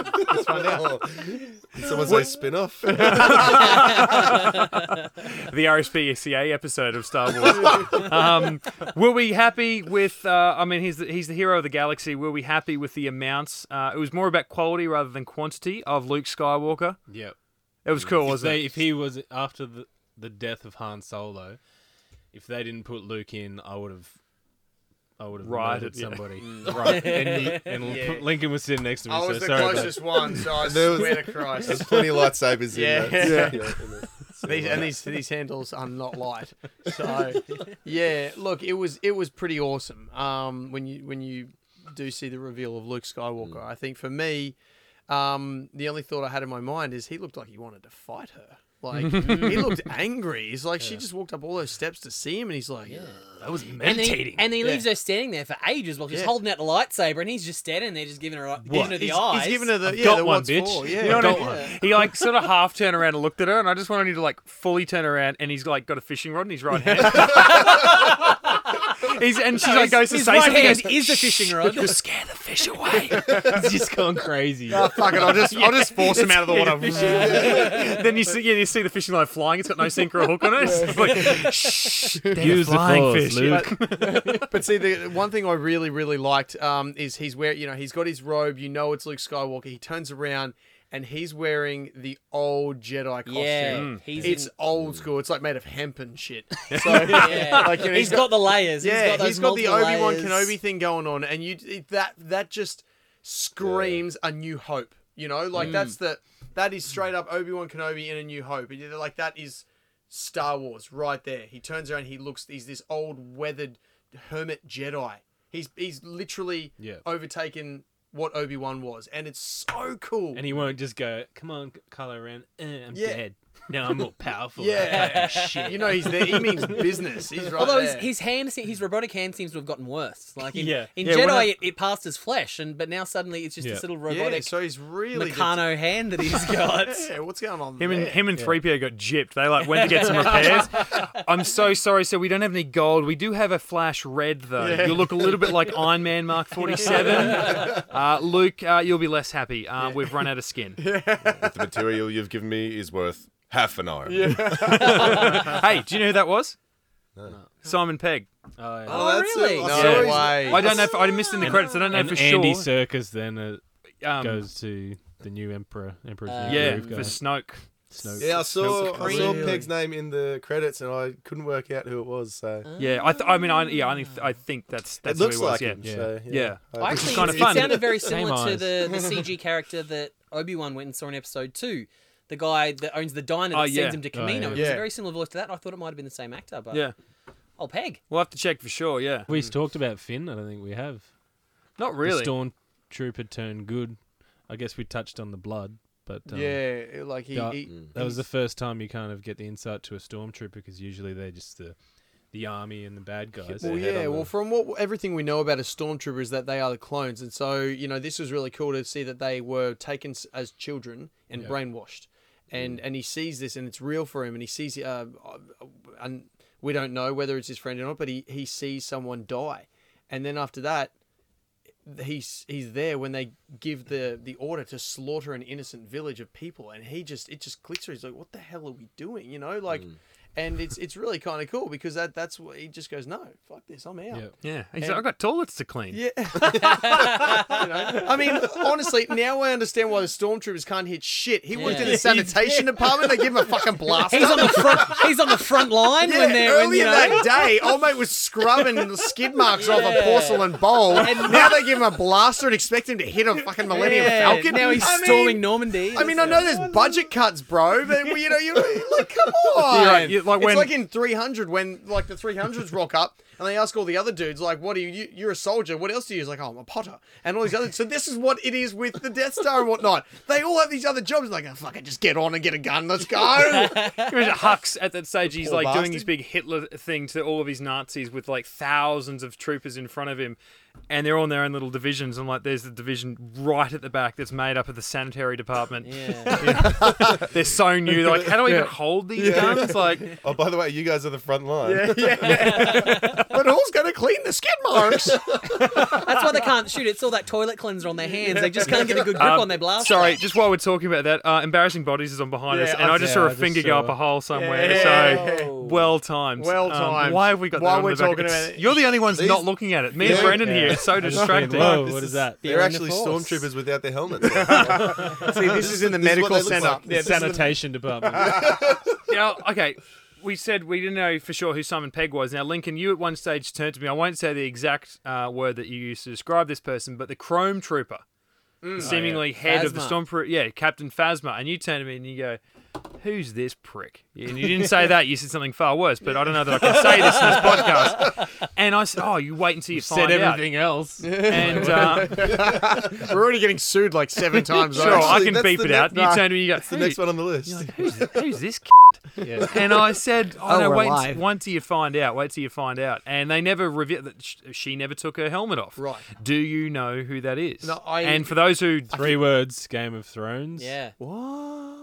Speaker 4: Oh. Did someone say spin off?
Speaker 2: the RSPCA episode of Star Wars. um, were we happy with? Uh, I mean, he's the, he's the hero of the galaxy. Were we happy with the amounts? Uh, it was more about quality rather than quantity of Luke Skywalker.
Speaker 1: Yep.
Speaker 2: It was cool,
Speaker 1: if
Speaker 2: wasn't
Speaker 1: they,
Speaker 2: it?
Speaker 1: if he was after the the death of Han Solo, if they didn't put Luke in, I would have. I would have
Speaker 2: Rioted,
Speaker 1: murdered
Speaker 2: yeah.
Speaker 1: somebody. (laughs)
Speaker 3: (laughs)
Speaker 1: Right, and, you, and
Speaker 3: Mm. Yeah.
Speaker 1: Lincoln was sitting next to me.
Speaker 3: I
Speaker 1: so
Speaker 3: was the
Speaker 1: sorry about
Speaker 3: closest one, so I
Speaker 4: There was-
Speaker 3: swear to
Speaker 4: There's
Speaker 3: Christ.
Speaker 4: plenty of lightsabers
Speaker 3: Yeah.
Speaker 4: in that.
Speaker 3: Yeah. (laughs) These, and these these handles are not light. So yeah, look, it was it was pretty awesome. Um, when you when you do see the reveal of Luke Skywalker, I think for me, um, the only thought I had in my mind is he looked like he wanted to fight her. Like he looked angry. He's like she just walked up all those steps to see him, and he's like,
Speaker 2: That was
Speaker 5: and, then,
Speaker 2: meditating.
Speaker 5: and then he leaves her standing there for ages while she's
Speaker 3: Yeah.
Speaker 5: holding out the lightsaber, and he's just standing there, just giving her, giving her the
Speaker 3: he's,
Speaker 5: eyes.
Speaker 3: he's giving her the
Speaker 1: I've
Speaker 3: yeah,
Speaker 1: got
Speaker 3: the
Speaker 1: one,
Speaker 3: what's
Speaker 1: bitch.
Speaker 3: for. Yeah, (laughs)
Speaker 1: You know what I
Speaker 3: yeah.
Speaker 1: mean?
Speaker 2: (laughs) he like sort of half turned around and looked at her, and I just wanted him to like fully turn around, and he's like got a fishing rod in his right hand. he's, and she like goes to
Speaker 5: his
Speaker 2: say
Speaker 5: right
Speaker 2: something.
Speaker 5: hand
Speaker 2: goes,
Speaker 5: is a fishing
Speaker 2: (laughs)
Speaker 5: rod.
Speaker 2: You'll scare the fish away.
Speaker 1: that. He's just gone crazy.
Speaker 3: Oh, fuck it, I'll just I'll just force him out of the water.
Speaker 2: (laughs) then you see, yeah, you see the fishing line flying. It's got no sinker or hook on it. (laughs) It's like, shh,
Speaker 1: Use the
Speaker 2: flying
Speaker 1: force,
Speaker 2: fish.
Speaker 1: Luke.
Speaker 3: (laughs) But see, the one thing I really, really liked um, is he's where you know he's got his robe. You know it's Luke Skywalker. He turns around and he's wearing the old Jedi costume.
Speaker 5: Yeah, Mm. he's
Speaker 3: it's
Speaker 5: in-
Speaker 3: old school. It's like made of hemp and shit. So like, you know,
Speaker 5: he's got the layers.
Speaker 3: yeah,
Speaker 5: he's got, those
Speaker 3: he's got the
Speaker 5: multiple
Speaker 3: Obi Wan
Speaker 5: layers.
Speaker 3: Kenobi thing going on, and you it- that that just screams a new hope. You know, like that's the that is straight up Obi Wan Kenobi in a new hope. You know, Like that is Star Wars right there. He turns around, he looks, he's this old weathered hermit Jedi. He's he's literally
Speaker 1: Yeah.
Speaker 3: overtaken what Obi Wan was, and it's so cool.
Speaker 1: And he won't just go, come on, Kylo Ren, eh, I'm
Speaker 3: Yeah.
Speaker 1: dead. Now I'm more powerful.
Speaker 3: yeah, shit. You know he's there. He means business. He's right
Speaker 5: Although his,
Speaker 3: there.
Speaker 5: his hand, se- his robotic hand seems to have gotten worse. Like in,
Speaker 1: Yeah.
Speaker 5: in
Speaker 2: Yeah, when
Speaker 5: Jedi,
Speaker 2: I-
Speaker 5: it, it passed as flesh, and but now suddenly it's just
Speaker 1: Yeah.
Speaker 5: this little
Speaker 3: yeah,
Speaker 5: robotic
Speaker 3: so he's really Oh,
Speaker 5: Meccano hand that
Speaker 3: (laughs)
Speaker 5: he's got.
Speaker 3: Yeah, what's going on?
Speaker 2: Him and
Speaker 3: there?
Speaker 2: him and three PO got gypped. They like went to get some repairs. I'm so sorry, sir. We don't have any gold. We do have a flash red though. You look a little bit like Iron Man Mark 47. Uh, Luke, uh, you'll be less happy. Uh, We've run out of skin.
Speaker 7: If the material you've given me is worth half an hour.
Speaker 2: Hey, do you know who that was? Simon Pegg.
Speaker 1: Oh, yeah.
Speaker 5: Oh, really?
Speaker 3: No
Speaker 2: Yeah.
Speaker 3: way.
Speaker 2: I don't know. If, I missed in the credits. I don't know
Speaker 1: and
Speaker 2: for
Speaker 1: Andy
Speaker 2: sure.
Speaker 1: Circus then uh,
Speaker 2: Um, Uh,
Speaker 1: goes to the new Emperor. Emperor's new
Speaker 2: yeah,
Speaker 1: groove
Speaker 2: for
Speaker 1: guy,
Speaker 2: Snoke.
Speaker 1: Snoke.
Speaker 4: Yeah, I saw,
Speaker 1: Snoke.
Speaker 4: I saw
Speaker 3: Really?
Speaker 4: Peg's name in the credits and I couldn't work out who it was. So
Speaker 2: Yeah, I, th- I mean, I, yeah, I, think I think that's
Speaker 4: it
Speaker 2: that's
Speaker 4: looks
Speaker 2: who he was.
Speaker 4: like
Speaker 2: yeah.
Speaker 4: him. So,
Speaker 2: Yeah.
Speaker 5: Well,
Speaker 4: I-
Speaker 5: Actually,
Speaker 2: kinda
Speaker 5: it's-
Speaker 2: fun.
Speaker 5: it
Speaker 2: (laughs)
Speaker 5: sounded very
Speaker 1: Same
Speaker 5: similar to
Speaker 1: eyes.
Speaker 5: the,
Speaker 3: (laughs)
Speaker 5: the CG character that Obi Wan went and saw in Episode Two. The guy that owns the diner that
Speaker 2: Oh, yeah.
Speaker 5: sends him to Kamino.
Speaker 1: yeah.
Speaker 5: It was
Speaker 3: Yeah.
Speaker 5: a very similar voice to that. and I thought it might have been the same actor, but
Speaker 2: Yeah,
Speaker 3: (laughs)
Speaker 5: oh, Peg.
Speaker 2: we'll have to check for sure. Yeah,
Speaker 1: We've talked about Finn. I don't think we have.
Speaker 2: not
Speaker 1: The
Speaker 2: really.
Speaker 1: Stormtrooper turned good. I guess we touched on the blood, but um,
Speaker 3: Yeah, like he,
Speaker 1: Yeah.
Speaker 3: he
Speaker 1: that was the first time you kind of get the insight to a stormtrooper because usually they're just the the army and the bad guys.
Speaker 3: Well,
Speaker 1: Their head
Speaker 3: yeah.
Speaker 1: on
Speaker 3: Well,
Speaker 1: (laughs) the-
Speaker 3: from what everything we know about a stormtrooper is that they are the clones, and so you know this was really cool to see that they were taken s- as children and brainwashed, and and he sees this and it's real for him, and he sees uh, uh, and we don't know whether it's his friend or not, but he he sees someone die, and then after that. He's he's there when they give the the order to slaughter an innocent village of people, and he just it just clicks. through. He's like, "What the hell are we doing?" You know, like, and it's it's really kind of cool because that that's what he just goes, "No, fuck this, I'm out."
Speaker 1: Yeah.
Speaker 2: yeah, he's like, I got toilets to clean.
Speaker 3: Yeah. You know? I mean, honestly, now I understand why the stormtroopers can't hit shit. He worked in
Speaker 5: Yeah, (laughs)
Speaker 3: the sanitation department. They give him a fucking blaster.
Speaker 5: He's on the front. he's on the front line
Speaker 3: yeah,
Speaker 5: when they're when,
Speaker 3: earlier
Speaker 5: you
Speaker 3: that
Speaker 5: know.
Speaker 3: day, old mate was scrubbing the skid marks off a
Speaker 5: Yeah.
Speaker 3: porcelain bowl. And now they give him a blaster and expect him to hit a fucking Millennium
Speaker 5: Yeah,
Speaker 3: Falcon.
Speaker 5: Now he's
Speaker 3: I mean-
Speaker 5: storming Normandy.
Speaker 3: I mean, I know there's budget cuts, bro, but well, you know, you like, come on.
Speaker 2: (laughs) You're right, you- like
Speaker 3: it's
Speaker 2: when-
Speaker 3: like in 300 when like the 300s rock up and they ask all the other dudes, like, what are you? you you're a soldier. What else do you? use? like, oh, I'm a potter, and all these other. So this is what it is with the Death Star and whatnot. They all have these other jobs. Like, oh, fuck it, just get on and get a gun. Let's
Speaker 2: (laughs)
Speaker 3: go.
Speaker 2: Imagine Hux at that stage, he's
Speaker 3: Poor
Speaker 2: like doing his
Speaker 3: bastard.
Speaker 2: big Hitler thing to all of his Nazis with like thousands of troopers in front of him, and they're all in their own little divisions. And like, there's the division right at the back that's made up of the sanitary department.
Speaker 5: Yeah.
Speaker 2: They're so new. They're like, how do I even hold these guns? Like,
Speaker 7: Oh, by the way, you guys are the front line.
Speaker 3: but who's gonna clean the skid
Speaker 2: (laughs)
Speaker 3: marks?
Speaker 5: That's why they can't shoot. It's all that toilet cleanser on their hands. They just can't get a good grip
Speaker 2: Um,
Speaker 5: on their blaster.
Speaker 2: sorry, just while we're talking about that, uh, embarrassing bodies is on behind us,
Speaker 3: Yeah,
Speaker 2: and
Speaker 3: I-
Speaker 2: I just
Speaker 1: yeah,
Speaker 2: saw
Speaker 1: I
Speaker 2: a
Speaker 1: just
Speaker 2: finger go
Speaker 1: saw
Speaker 2: up
Speaker 1: it.
Speaker 2: a hole somewhere.
Speaker 3: Yeah.
Speaker 2: So well timed.
Speaker 3: Well timed.
Speaker 2: um, why have we got
Speaker 3: Why
Speaker 2: that on
Speaker 3: we're
Speaker 2: the back of-
Speaker 3: talking about
Speaker 2: it's-
Speaker 3: it?
Speaker 2: You're the only ones
Speaker 4: These-
Speaker 2: (laughs) not looking at it. Me and
Speaker 7: Yeah.
Speaker 2: Brendan
Speaker 1: Yeah.
Speaker 2: here. It's so distracting.
Speaker 1: Whoa, what is that?
Speaker 4: They're actually stormtroopers without their helmets. Yeah.
Speaker 3: (laughs) See, this is in the
Speaker 4: This is
Speaker 3: medical
Speaker 4: what they look
Speaker 3: center.
Speaker 4: like.
Speaker 3: Yeah, this is the-
Speaker 1: Sanitation department.
Speaker 2: Now, okay, we said we didn't know for sure who Simon Pegg was. Now, Lincoln, you at one stage turned to me. I won't say the exact uh, word that you used to describe this person, but the Chrome Trooper,
Speaker 4: Oh,
Speaker 2: the seemingly head of the
Speaker 5: Phasma.
Speaker 2: Stormtrooper, yeah, Captain Phasma. And you turned to me and you go, "Who's this prick?" And you didn't
Speaker 4: (laughs)
Speaker 2: say that. You said something far worse. But I don't know that I can say this in this podcast. And I said, "Oh, you wait until you
Speaker 1: Said
Speaker 2: find out."
Speaker 1: everything else.
Speaker 4: (laughs)
Speaker 2: And uh,
Speaker 3: We're already getting sued like (laughs) seven times.
Speaker 2: sure,
Speaker 3: over.
Speaker 2: I
Speaker 4: Actually,
Speaker 2: can
Speaker 4: that's
Speaker 2: beep
Speaker 4: the
Speaker 2: it out.
Speaker 4: ne-
Speaker 2: you
Speaker 4: nah,
Speaker 2: turned to me and you go,
Speaker 4: It's the
Speaker 2: "Who-
Speaker 4: next one on the list.
Speaker 2: who's, who's this
Speaker 1: Yeah.
Speaker 2: and I said, "Oh,
Speaker 3: (laughs) Oh,
Speaker 2: no,
Speaker 3: we're
Speaker 2: wait,
Speaker 3: alive.
Speaker 2: wait till you find out. Wait till you find out." And they never revealed that sh- she never took her helmet off.
Speaker 3: Right.
Speaker 2: Do you know who that is?
Speaker 3: No, I-
Speaker 2: And for those
Speaker 3: (laughs)
Speaker 2: who,
Speaker 1: Three words, Game of Thrones.
Speaker 5: Yeah.
Speaker 3: What?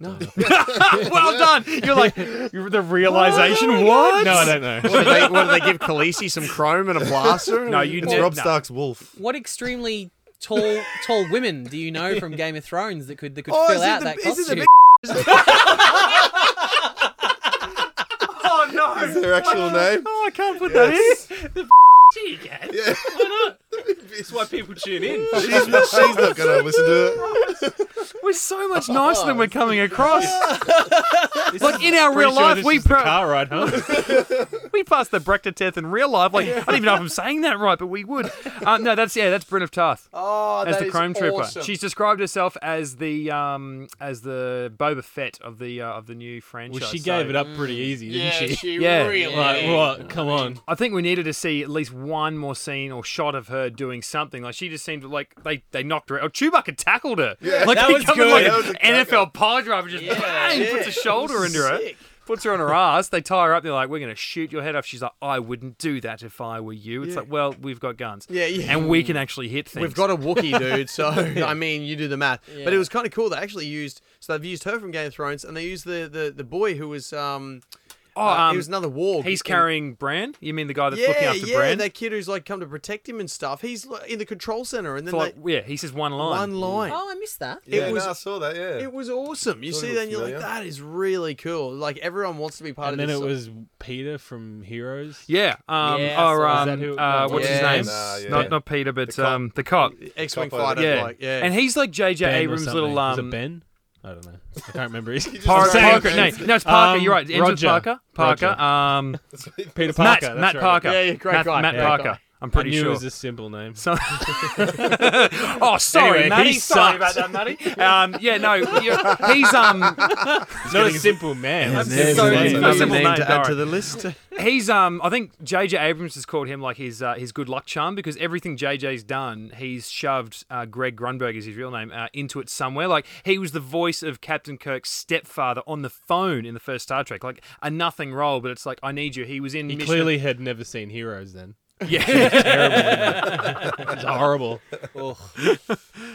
Speaker 2: well done. You're like you're the realization. What?
Speaker 1: No, I don't know.
Speaker 3: What do they, what, do they give Khaleesi some chrome and a blaster?
Speaker 2: No, you
Speaker 7: It's
Speaker 2: did.
Speaker 7: Rob
Speaker 2: no.
Speaker 7: Stark's wolf.
Speaker 5: What extremely tall tall women do you know from Game of Thrones that could that could
Speaker 3: Oh,
Speaker 5: fill
Speaker 3: is it
Speaker 5: out
Speaker 3: the-
Speaker 5: that
Speaker 3: is it the
Speaker 5: costume?
Speaker 2: Oh no.
Speaker 4: Is their actual name?
Speaker 2: Oh, I can't put that in. The
Speaker 4: Yeah.
Speaker 2: That's why people tune in.
Speaker 4: she's, she's not going to listen to it.
Speaker 2: We're so much nicer than we're coming across. like in our real
Speaker 1: Pretty sure
Speaker 2: life,
Speaker 1: this
Speaker 2: we
Speaker 1: is the
Speaker 2: pro-
Speaker 1: car ride,
Speaker 2: (laughs)
Speaker 1: huh?
Speaker 2: we passed the Brechteteth in real life. Like I don't even know if I'm saying that right, but we would. Uh, no, that's yeah, that's Bryn of Tarth
Speaker 3: Oh,
Speaker 2: as
Speaker 3: that
Speaker 2: the
Speaker 3: is
Speaker 2: Chrome Trooper.
Speaker 3: awesome.
Speaker 2: She's described herself as the um as the Boba Fett of the uh, of the new franchise.
Speaker 1: well, she
Speaker 2: so-
Speaker 1: gave it up pretty easy, didn't she?
Speaker 2: Yeah.
Speaker 1: (laughs) Like, what? Come on.
Speaker 2: I think we needed to see at least one more scene or shot of her doing something. Like she just seemed like they, they knocked her out. Oh, Chewbacca tackled her. Yeah, like
Speaker 1: That
Speaker 2: he
Speaker 1: was
Speaker 2: come in
Speaker 1: good.
Speaker 2: Like
Speaker 1: That
Speaker 2: an NFL pile driver just bang, puts a shoulder into her, puts her on her ass. They tie her up. They're like, "We're gonna shoot your head off." She's like, "I wouldn't do that if I were you." It's like, well, we've got guns.
Speaker 3: Yeah, yeah.
Speaker 2: and we can actually hit things.
Speaker 3: We've got a Wookiee, dude. (laughs) So I mean, you do the math. But it was kind of cool. They actually used so they've used her from Game of Thrones, and they used the the, the boy who was um,
Speaker 2: Oh,
Speaker 3: uh,
Speaker 2: um,
Speaker 3: he was another war.
Speaker 2: he's carrying Bran. You mean the guy that's
Speaker 3: yeah,
Speaker 2: looking after
Speaker 3: yeah,
Speaker 2: Bran?
Speaker 3: that kid who's like come to protect him and stuff. He's like, in the control center, and then
Speaker 2: So, like,
Speaker 3: they,
Speaker 2: yeah, he says one line.
Speaker 3: one line.
Speaker 5: Oh, I missed that.
Speaker 4: Yeah,
Speaker 3: was-
Speaker 4: no, I saw that. Yeah,
Speaker 3: It was awesome. You
Speaker 4: Sort of
Speaker 3: see,
Speaker 4: looked
Speaker 3: then you're like,
Speaker 4: familiar.
Speaker 3: that is really cool. Like everyone wants to be part
Speaker 1: And
Speaker 3: of
Speaker 1: then
Speaker 3: this.
Speaker 1: it was Peter from Heroes.
Speaker 2: Yeah. Um,
Speaker 5: Yeah,
Speaker 2: or
Speaker 5: so-
Speaker 1: Is
Speaker 2: um,
Speaker 1: that who-
Speaker 2: uh, what's
Speaker 3: Yeah.
Speaker 2: his name?
Speaker 4: Nah, yeah.
Speaker 2: Not not Peter, but
Speaker 4: cop.
Speaker 2: um, the cop.
Speaker 3: X-wing
Speaker 4: Cop Fighter.
Speaker 3: fighter.
Speaker 2: Yeah.
Speaker 3: Like, yeah.
Speaker 2: And he's like JJ
Speaker 1: Ben or
Speaker 2: Abrams' little
Speaker 1: something. Is
Speaker 2: um
Speaker 1: it Ben? I don't know. I
Speaker 2: (laughs)
Speaker 1: can't remember. his-
Speaker 2: Par-
Speaker 4: Sorry,
Speaker 2: Parker. No,
Speaker 4: Ben.
Speaker 2: no, it's Parker.
Speaker 1: Um,
Speaker 2: You're right. It ends with
Speaker 1: Roger.
Speaker 2: Parker. Parker.
Speaker 1: Roger.
Speaker 2: Um,
Speaker 1: Peter
Speaker 2: Matt.
Speaker 1: Parker. that's
Speaker 2: Matt
Speaker 1: right.
Speaker 2: Parker.
Speaker 3: Yeah, yeah, great
Speaker 2: Matt,
Speaker 3: guy,
Speaker 2: Matt
Speaker 3: yeah,
Speaker 2: Parker.
Speaker 3: great guy.
Speaker 2: I'm
Speaker 1: I
Speaker 2: pretty
Speaker 1: knew
Speaker 2: sure.
Speaker 1: it
Speaker 2: (laughs)
Speaker 1: was a simple name.
Speaker 2: So- (laughs) oh, sorry,
Speaker 1: Anyway, he
Speaker 2: Matty. Sorry about that,
Speaker 1: sucked.
Speaker 2: Matty. Um, yeah, no, you're- he's um,
Speaker 1: It's (laughs) not a simple man. That's
Speaker 4: there's
Speaker 1: simple
Speaker 4: a
Speaker 1: name.
Speaker 4: name.
Speaker 2: Another name to add to
Speaker 3: the list.
Speaker 2: he's um. I think JJ Abrams has called him like his uh, his good luck charm because everything JJ's done, he's shoved uh, Greg Grunberg is his real name uh, into it somewhere. Like he was the voice of Captain Kirk's stepfather on the phone in the first Star Trek, like a nothing role, but it's like I need you. He was in
Speaker 1: He
Speaker 2: Mission-
Speaker 1: clearly had never seen
Speaker 2: (laughs)
Speaker 1: Heroes then. (laughs)
Speaker 2: yeah.
Speaker 1: It's horrible.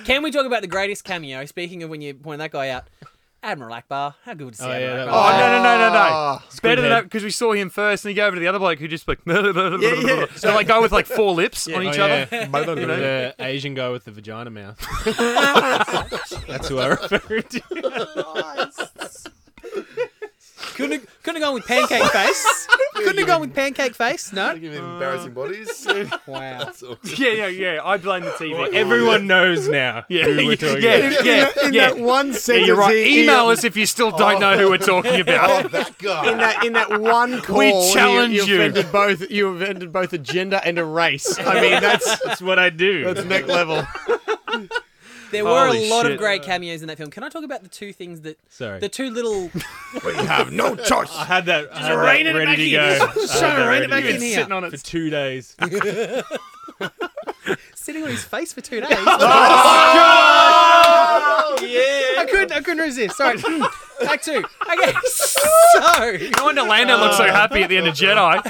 Speaker 5: Can we talk about the greatest cameo? Speaking of when you point that guy out, Admiral Akbar. How good to see
Speaker 1: Oh,
Speaker 5: Admiral
Speaker 1: yeah, that
Speaker 5: Akbar.
Speaker 2: Oh, no, no, no, no, no.
Speaker 3: Oh,
Speaker 4: ah.
Speaker 2: It's better than
Speaker 1: Squidhead.
Speaker 2: that because we saw him first and he go over to the other bloke who just like, (laughs)
Speaker 3: yeah.
Speaker 2: so they, like go with like four lips on
Speaker 1: Oh,
Speaker 2: each
Speaker 1: yeah.
Speaker 2: other. (laughs)
Speaker 1: the Asian guy with the vagina mouth. That's who I refer to.
Speaker 5: (laughs) Couldn't have, couldn't have gone with pancake
Speaker 3: (laughs)
Speaker 5: face. couldn't have gone with pancake face. No.
Speaker 4: Give him (laughs) embarrassing bodies.
Speaker 5: Wow.
Speaker 2: Yeah, yeah, yeah. I blame the TV.
Speaker 1: Everyone knows now
Speaker 2: yeah,
Speaker 1: who we're
Speaker 2: yeah,
Speaker 1: talking
Speaker 2: yeah,
Speaker 1: about.
Speaker 2: yeah, yeah.
Speaker 8: in that one
Speaker 2: Yeah,
Speaker 8: sentence.
Speaker 2: you're right.
Speaker 8: he-
Speaker 2: Email us if you still don't know who we're (laughs) talking about.
Speaker 4: that
Speaker 8: in
Speaker 4: guy.
Speaker 8: that in that one call. you-
Speaker 2: challenge you.
Speaker 8: Offended both, you offended both a gender and a race. I
Speaker 1: I
Speaker 8: mean,
Speaker 1: mean, that's that's what I do.
Speaker 8: that's next level.
Speaker 5: There were
Speaker 2: Holy
Speaker 5: a lot
Speaker 2: shit.
Speaker 5: of great cameos in that film. Can I talk about the two things that
Speaker 1: Sorry,
Speaker 5: the two little
Speaker 8: We have no
Speaker 2: (laughs)
Speaker 8: choice.
Speaker 1: I had that, I had
Speaker 8: rein it
Speaker 1: that
Speaker 8: back
Speaker 1: ready to (laughs)
Speaker 8: in.
Speaker 1: go.
Speaker 8: Just
Speaker 1: I
Speaker 8: trying
Speaker 1: had
Speaker 8: to
Speaker 1: that
Speaker 8: rein it
Speaker 1: ready
Speaker 8: back
Speaker 1: go
Speaker 5: in here.
Speaker 2: Sitting on
Speaker 1: for
Speaker 2: it.
Speaker 1: two (laughs) days.
Speaker 5: sitting on his face for (laughs) two days? I
Speaker 8: I could. I
Speaker 5: couldn't resist. (laughs) Sorry. Hmm. Back to (laughs) okay. So
Speaker 2: No wonder Lando looks so happy at the end of (laughs) Jedi.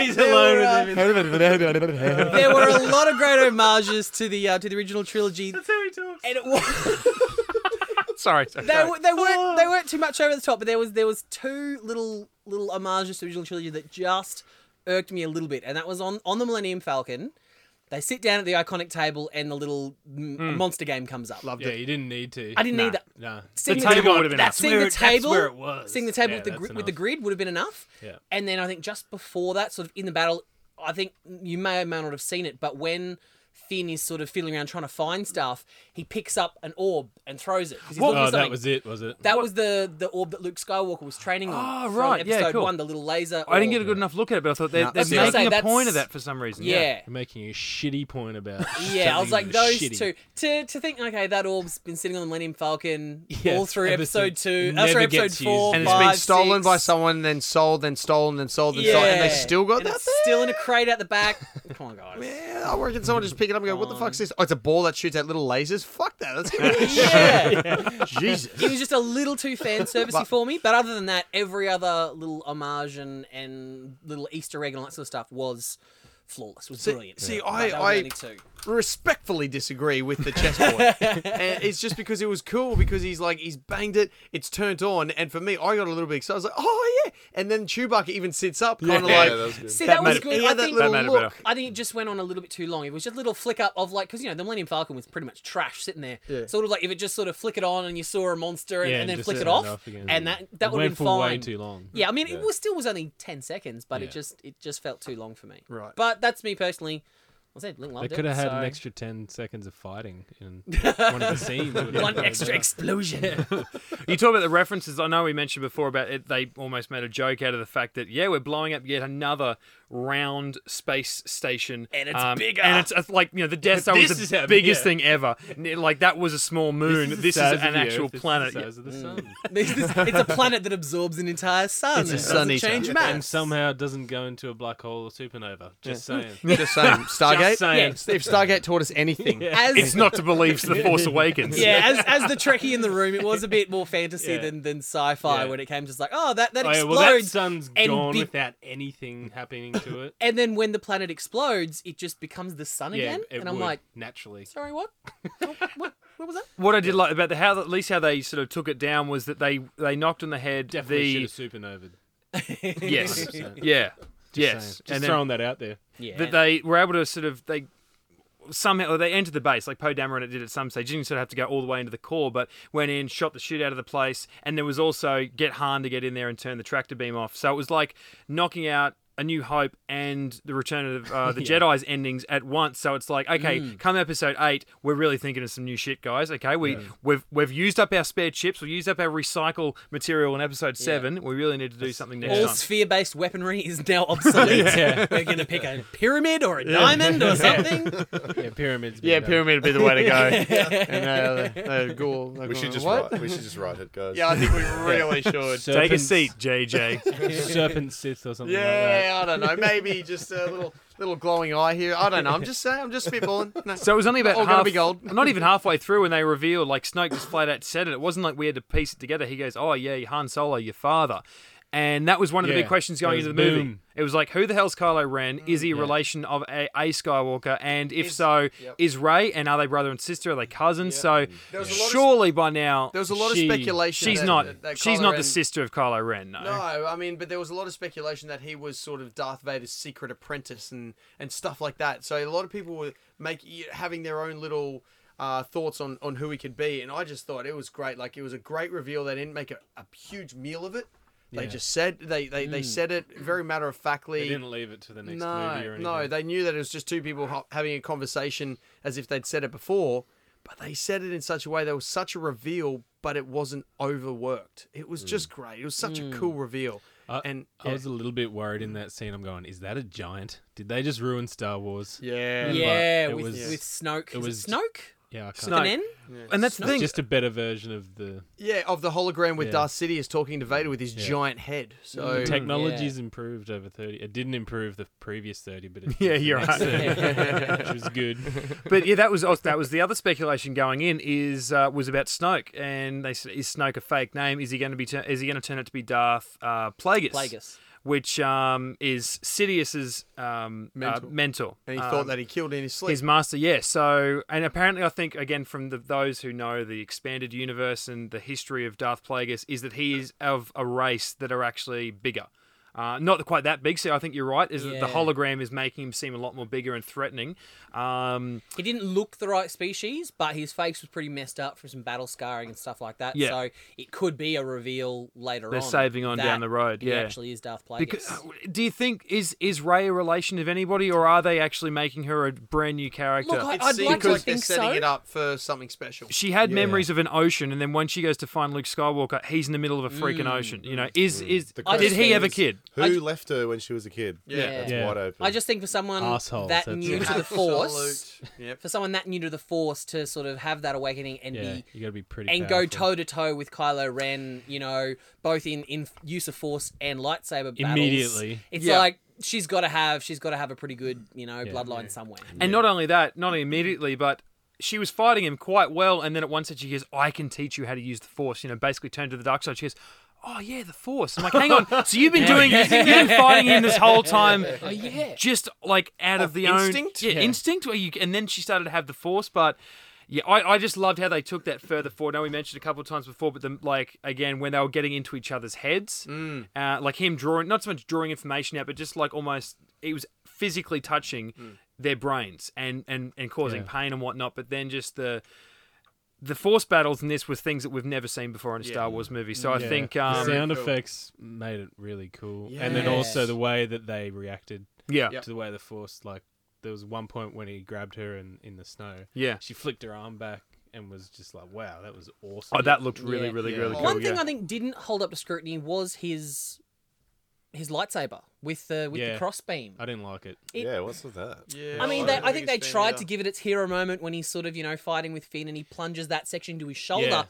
Speaker 1: He's
Speaker 5: There
Speaker 1: alone
Speaker 5: were,
Speaker 1: with
Speaker 5: uh,
Speaker 1: him.
Speaker 8: couldn't.
Speaker 5: there (laughs) were a lot of great homages to the uh, to the original trilogy, and
Speaker 2: There he talks.
Speaker 5: it was.
Speaker 2: Sorry.
Speaker 5: they, were, they weren't they weren't too much over the top, but there was there was two little little homages to the original trilogy that just irked me a little bit, and that was on on the Millennium Falcon. They sit down at the iconic table, and the little mm. monster game comes up.
Speaker 1: Yeah, you didn't need to.
Speaker 5: I didn't need that.
Speaker 1: Nah.
Speaker 5: Seeing
Speaker 2: The table would've been
Speaker 5: that's
Speaker 2: enough.
Speaker 5: seeing the table,
Speaker 1: where it was.
Speaker 5: seeing the table
Speaker 1: Yeah,
Speaker 5: with the
Speaker 1: that's
Speaker 5: grid, with the
Speaker 1: enough.
Speaker 5: grid would have been enough.
Speaker 1: Yeah.
Speaker 5: And then I think just before that, sort of in the battle, I think you may or may not have seen it, but when Finn is sort of fiddling around trying to find stuff, he picks up an orb and throws it. 'cause he's looking for
Speaker 1: Oh, that
Speaker 5: something.
Speaker 1: was it, was it?
Speaker 5: That was the the orb that Luke Skywalker was training on.
Speaker 2: Oh,
Speaker 5: from
Speaker 2: right, yeah,
Speaker 5: Episode
Speaker 2: cool.
Speaker 5: one, the little laser.
Speaker 2: I didn't
Speaker 5: orb.
Speaker 2: get a good enough look at it, but I thought they're,
Speaker 8: No,
Speaker 2: they're
Speaker 8: I was gonna
Speaker 2: making
Speaker 5: say,
Speaker 2: a point of
Speaker 5: that's-
Speaker 2: that for some reason.
Speaker 5: Yeah.
Speaker 1: You're making a shitty point
Speaker 5: (laughs)
Speaker 1: about.
Speaker 5: Yeah, I was like
Speaker 1: something
Speaker 5: those
Speaker 1: shitty.
Speaker 5: two. To to think, okay, that orb's been sitting on the Millennium Falcon
Speaker 1: Yeah,
Speaker 5: all through
Speaker 1: ever
Speaker 5: episode
Speaker 1: since.
Speaker 5: two, uh,
Speaker 1: Never
Speaker 5: sorry,
Speaker 1: gets
Speaker 5: episode four,
Speaker 8: And
Speaker 1: used.
Speaker 5: and
Speaker 8: it's
Speaker 5: five,
Speaker 8: been stolen
Speaker 5: six.
Speaker 8: by someone, then sold, then stolen, then sold, then
Speaker 5: Yeah,
Speaker 8: sold, and they still got
Speaker 5: And
Speaker 8: that.
Speaker 5: it's Still in a crate at the back. (laughs) Come on, guys.
Speaker 8: Yeah, I reckon someone just pick it up and go, "What the fuck's this? Oh, it's a ball that shoots out little lasers. Fuck that. That's
Speaker 5: (laughs) Yeah,
Speaker 8: (laughs) Jesus.
Speaker 5: it was just a little too fan servicey for me. But other than that, every other little homage and, and little Easter egg and all that sort of stuff was flawless. Was brilliant.
Speaker 8: see,
Speaker 5: But
Speaker 8: I-
Speaker 5: they were the
Speaker 8: I-
Speaker 5: only two.
Speaker 8: Respectfully disagree with the chessboard. and it's just because it was cool because he's like he's banged it, it's turned on, and for me, I got a little bit excited. I was like, "Oh yeah!" And then Chewbacca even sits up, kind of
Speaker 4: (laughs) Yeah,
Speaker 8: like,
Speaker 4: that was good.
Speaker 5: See,
Speaker 2: That
Speaker 5: that,
Speaker 2: made
Speaker 5: was
Speaker 2: it-
Speaker 5: good.
Speaker 8: yeah,
Speaker 5: I
Speaker 8: that
Speaker 5: think,
Speaker 8: little
Speaker 2: That made it look- better.
Speaker 5: I think it just went on a little bit too long. It was just a little flick up of like, because you know, the Millennium Falcon was pretty much trash sitting there. Sort of like if it just sort of flick it on and you saw a monster and,
Speaker 1: Yeah,
Speaker 5: and then
Speaker 1: just
Speaker 5: flick it
Speaker 1: turned
Speaker 5: off,
Speaker 1: off again.
Speaker 5: and that
Speaker 1: It
Speaker 5: that would have
Speaker 1: went
Speaker 5: been
Speaker 1: for
Speaker 5: fine.
Speaker 1: way too long.
Speaker 5: Yeah, I mean,
Speaker 4: Yeah.
Speaker 5: it was still was only ten seconds, but
Speaker 1: Yeah.
Speaker 5: it just it just felt too long for me.
Speaker 8: Right.
Speaker 5: But that's me personally. I said Link
Speaker 1: They
Speaker 5: loved
Speaker 1: could
Speaker 5: it.
Speaker 1: have had
Speaker 5: so-
Speaker 1: an extra ten seconds of fighting
Speaker 5: (laughs)
Speaker 1: in one of the scenes. It would've
Speaker 5: one
Speaker 1: been (laughs)
Speaker 5: extra explosion.
Speaker 2: You talk about the references. I know we mentioned before about it. They almost made a joke out of the fact that yeah, we're blowing up yet another round space station, um,
Speaker 9: And it's bigger.
Speaker 2: And it's, it's like you know the Death Star was
Speaker 1: This is
Speaker 2: the
Speaker 1: how-
Speaker 2: biggest
Speaker 1: yeah.
Speaker 2: thing
Speaker 1: (laughs)
Speaker 2: ever. N- Like that was a small moon. This is,
Speaker 1: size of
Speaker 2: an
Speaker 1: the
Speaker 2: actual
Speaker 1: Earth, this is the
Speaker 2: planet.
Speaker 1: size of the sun.
Speaker 5: There's (laughs) this- it's a planet that absorbs an entire sun. It's
Speaker 10: a sun eater.
Speaker 5: change
Speaker 10: Yeah.
Speaker 5: mass.
Speaker 1: And somehow it doesn't go into a black hole or supernova. Just saying.
Speaker 3: (laughs)
Speaker 10: Just saying, Stargate.
Speaker 1: saying.
Speaker 10: If Stargate taught us anything,
Speaker 1: (laughs)
Speaker 5: As,
Speaker 2: It's not to believe the Force Awakens.
Speaker 5: yeah, as, as the Trekkie in the room, it was a bit more fantasy
Speaker 1: Yeah.
Speaker 5: than, than sci-fi
Speaker 1: Yeah.
Speaker 5: when it came to just like, oh, that, that
Speaker 1: Oh, yeah,
Speaker 5: explodes.
Speaker 1: well, that sun's
Speaker 5: and
Speaker 1: gone
Speaker 5: big-
Speaker 1: without anything happening to it.
Speaker 5: and then when the planet explodes, it just becomes the sun (coughs)
Speaker 1: yeah,
Speaker 5: again.
Speaker 1: it
Speaker 5: And I'm
Speaker 1: would,
Speaker 5: like,
Speaker 1: naturally.
Speaker 5: sorry, what? (laughs) what, what? What was that?
Speaker 2: What I did like about the how at least how they sort of took it down was that they they knocked on the head the
Speaker 1: Definitely should have supernovaed.
Speaker 2: yes
Speaker 1: 100%.
Speaker 2: yeah
Speaker 1: Just
Speaker 2: yes
Speaker 1: saying. Just
Speaker 2: and then
Speaker 1: throwing that out there.
Speaker 5: Yeah.
Speaker 2: that they were able to sort of they somehow or they entered the base like Poe Dameron it did at some stage. You didn't sort of have to go all the way into the core, but went in, shot the shit out of the place, and there was also get Han to get in there and turn the tractor beam off. So it was like knocking out. A New Hope and the Return of
Speaker 5: (laughs)
Speaker 2: uh, the Jedi's endings at once, so it's like, okay,
Speaker 5: Mm.
Speaker 2: come episode eight, we're really thinking of some new shit, guys. Okay, we we've we've used up our spare chips, we've used up our recycle material in episode seven. We really need to do something next
Speaker 5: All
Speaker 2: time.
Speaker 5: sphere-based weaponry is
Speaker 2: (laughs)
Speaker 5: now obsolete. We're going to pick a pyramid or a diamond or something.
Speaker 1: (laughs) Yeah, pyramids.
Speaker 3: yeah,
Speaker 1: being done.
Speaker 3: pyramid would be the way to go. and uh, they, they, they go, all- they
Speaker 4: We
Speaker 3: go,
Speaker 4: should just
Speaker 3: what?
Speaker 4: write. We should just write it, guys.
Speaker 3: Yeah, I think we really should.
Speaker 1: Serpents,
Speaker 2: Take a seat,
Speaker 5: (laughs)
Speaker 2: JJ. (laughs)
Speaker 1: Serpent Sith or something
Speaker 3: Yeah, I don't know. Maybe just a little little glowing eye here. I don't know. I'm just saying. I'm just spitballing. No.
Speaker 2: So it was only about
Speaker 3: All gonna
Speaker 2: half,
Speaker 3: be gold.
Speaker 2: not even halfway through when they revealed, like Snoke just flat out said it. It wasn't like we had to piece it together. He goes, "Oh yeah, Han Solo, your father," and that was one of the
Speaker 1: Yeah,
Speaker 2: big questions
Speaker 1: that
Speaker 2: going
Speaker 1: was
Speaker 2: into the movie.
Speaker 1: boom.
Speaker 2: It was like, "Who the hell's Kylo Ren?
Speaker 3: Mm,
Speaker 2: Is he a relation of a, a Skywalker? And if so, is Ray? And are they brother and sister? Are they cousins? So
Speaker 3: was a lot of-
Speaker 2: surely by now."
Speaker 3: There was a lot
Speaker 1: She-
Speaker 3: of speculation.
Speaker 2: She's
Speaker 3: that-
Speaker 2: not.
Speaker 3: that- that
Speaker 2: she's
Speaker 3: Kylo
Speaker 2: not the
Speaker 3: Ren-
Speaker 2: sister of Kylo Ren. No.
Speaker 3: No, I mean, but there was a lot of speculation that he was sort of Darth Vader's secret apprentice and and stuff like that. So a lot of people were make having their own little uh, thoughts on on who he could be, and I just thought it was great. Like it was a great reveal. They didn't make a, a huge meal of it. They
Speaker 1: Yeah. Hmm.
Speaker 3: just said they they, they said it very matter of
Speaker 1: They
Speaker 3: factly.
Speaker 1: didn't leave it to the next
Speaker 3: no,
Speaker 1: movie or anything.
Speaker 3: no, they knew that it was just two people ho- having a conversation as if they'd said it before, but they said it in such a way there was such a reveal, but it wasn't overworked. It was just great. It was such a cool reveal.
Speaker 1: I-
Speaker 3: and
Speaker 1: I was a little bit worried in that scene. I'm going, is that a giant? Did they just ruin Star Wars?
Speaker 3: yeah,
Speaker 2: uh,
Speaker 5: yeah,
Speaker 1: it
Speaker 5: with,
Speaker 1: was-
Speaker 5: with Snoke. Is It
Speaker 1: was-
Speaker 5: was Snoke.
Speaker 1: Yeah, I can't.
Speaker 5: With an
Speaker 2: Snoke.
Speaker 5: N?
Speaker 2: And that's the
Speaker 1: It's
Speaker 2: thing.
Speaker 1: just a better version of the
Speaker 3: yeah, of the hologram with
Speaker 1: Yeah.
Speaker 3: Darth Sidious talking to Vader with his
Speaker 1: Yeah.
Speaker 3: giant head. So
Speaker 1: The technology's
Speaker 5: Yeah.
Speaker 1: improved over 30. It didn't improve the previous 30, but it
Speaker 2: (laughs) Yeah, you're right.
Speaker 5: (laughs)
Speaker 1: right. Which was good.
Speaker 2: but yeah, that was oh, that was the other speculation going in is uh, was about Snoke, and they said, is Snoke a fake name? Is he going to be tur- is he going to turn it to be Darth uh, Plagueis?
Speaker 5: Plagueis.
Speaker 2: which um, is Sidious's um, mentor.
Speaker 3: Mentor.
Speaker 2: Uh, mentor.
Speaker 3: and he
Speaker 2: Um,
Speaker 3: thought that he killed in his sleep.
Speaker 2: his master, yeah. So, and apparently, I think again from the, those who know the expanded universe and the history of Darth Plagueis is that he is of a race that are actually bigger, uh, not quite that big. So, I think you're right. Is that
Speaker 5: Yeah.
Speaker 2: the hologram is making him seem a lot more bigger and threatening. Um,
Speaker 5: He didn't look the right species, but his face was pretty messed up from some battle scarring and stuff like that.
Speaker 2: Yeah.
Speaker 5: So it could be a reveal later
Speaker 2: They're
Speaker 5: on.
Speaker 2: saving on down
Speaker 5: that
Speaker 2: the road,
Speaker 5: He
Speaker 2: yeah.
Speaker 5: actually is Darth Plagueis.
Speaker 2: Because uh, do you think is is Ray a relation of anybody, or are they actually making her a brand new character?
Speaker 5: Look, I-
Speaker 3: it
Speaker 5: I'd
Speaker 3: seems
Speaker 5: like to
Speaker 3: like they're
Speaker 5: think
Speaker 3: setting
Speaker 5: so.
Speaker 3: it up for something special.
Speaker 2: she had memories of an ocean, and then when she goes to find Luke Skywalker, he's in the middle of a freaking
Speaker 5: Mm.
Speaker 2: ocean. You know, is is
Speaker 4: The
Speaker 2: did he
Speaker 5: question
Speaker 2: have a
Speaker 4: is-
Speaker 2: kid?
Speaker 4: Who
Speaker 5: I ju-
Speaker 4: left her when she was a kid?
Speaker 3: Yeah.
Speaker 4: That's
Speaker 1: Yeah.
Speaker 4: wide open.
Speaker 5: I just think for someone
Speaker 1: Assholes,
Speaker 5: that
Speaker 1: that's
Speaker 5: new
Speaker 3: (laughs)
Speaker 1: it.
Speaker 5: to the force,
Speaker 3: Absolute. Yep.
Speaker 5: for someone that new to the force to sort of have that awakening and
Speaker 1: Yeah,
Speaker 5: be
Speaker 1: you got to be pretty
Speaker 5: and go
Speaker 1: powerful.
Speaker 5: toe to toe with Kylo Ren, you know, both in in use of force and lightsaber battles.
Speaker 1: Immediately.
Speaker 5: It's
Speaker 2: Yeah.
Speaker 5: like she's got to have she's got to have a pretty good, you know, bloodline somewhere.
Speaker 2: And not only that, not immediately, but she was fighting him quite well, and then at one stage she goes, "I can teach you how to use the Force." You know, basically turned to the dark side. She goes. Oh yeah, the Force. I'm like, hang on. So you've been doing, you've been fighting him this whole
Speaker 5: (laughs)
Speaker 2: time,
Speaker 5: Oh, yeah.
Speaker 2: just like out of, the
Speaker 3: instinct?
Speaker 2: own yeah, instinct. Where you and then she started to have the Force, but yeah, I, I just loved how they took that further forward. I know we mentioned a couple of times before, but the, like again when they were getting into each other's heads, uh, like him drawing not so much drawing information out, but just like almost it was physically touching their brains and and and causing
Speaker 1: Yeah.
Speaker 2: pain and whatnot. But then just the the force battles in this was things that we've never seen before in a Star Wars movie. So I
Speaker 1: Yeah.
Speaker 2: think
Speaker 1: The
Speaker 2: um,
Speaker 1: sound effects made it really cool. And then
Speaker 5: Yes.
Speaker 1: also the way that they reacted
Speaker 2: yeah,
Speaker 1: to the way the Force, like, there was one point when he grabbed her in, in the snow.
Speaker 2: Yeah.
Speaker 1: She flicked her arm back and was just like, "Wow, that was awesome."
Speaker 2: Oh, that looked really,
Speaker 5: Yeah.
Speaker 2: really,
Speaker 8: Yeah.
Speaker 2: really cool.
Speaker 5: One thing
Speaker 2: yeah.
Speaker 5: I think didn't hold up to scrutiny was his his lightsaber with the with the
Speaker 1: Yeah.
Speaker 5: crossbeam.
Speaker 1: I didn't like it.
Speaker 5: It-
Speaker 7: yeah, what's with that?
Speaker 8: Yeah,
Speaker 5: I mean, they, I think they
Speaker 8: fan
Speaker 5: tried
Speaker 8: either.
Speaker 5: to give it its hero moment when he's sort of, you know, fighting with Finn and he plunges that section to his shoulder.
Speaker 1: Yeah.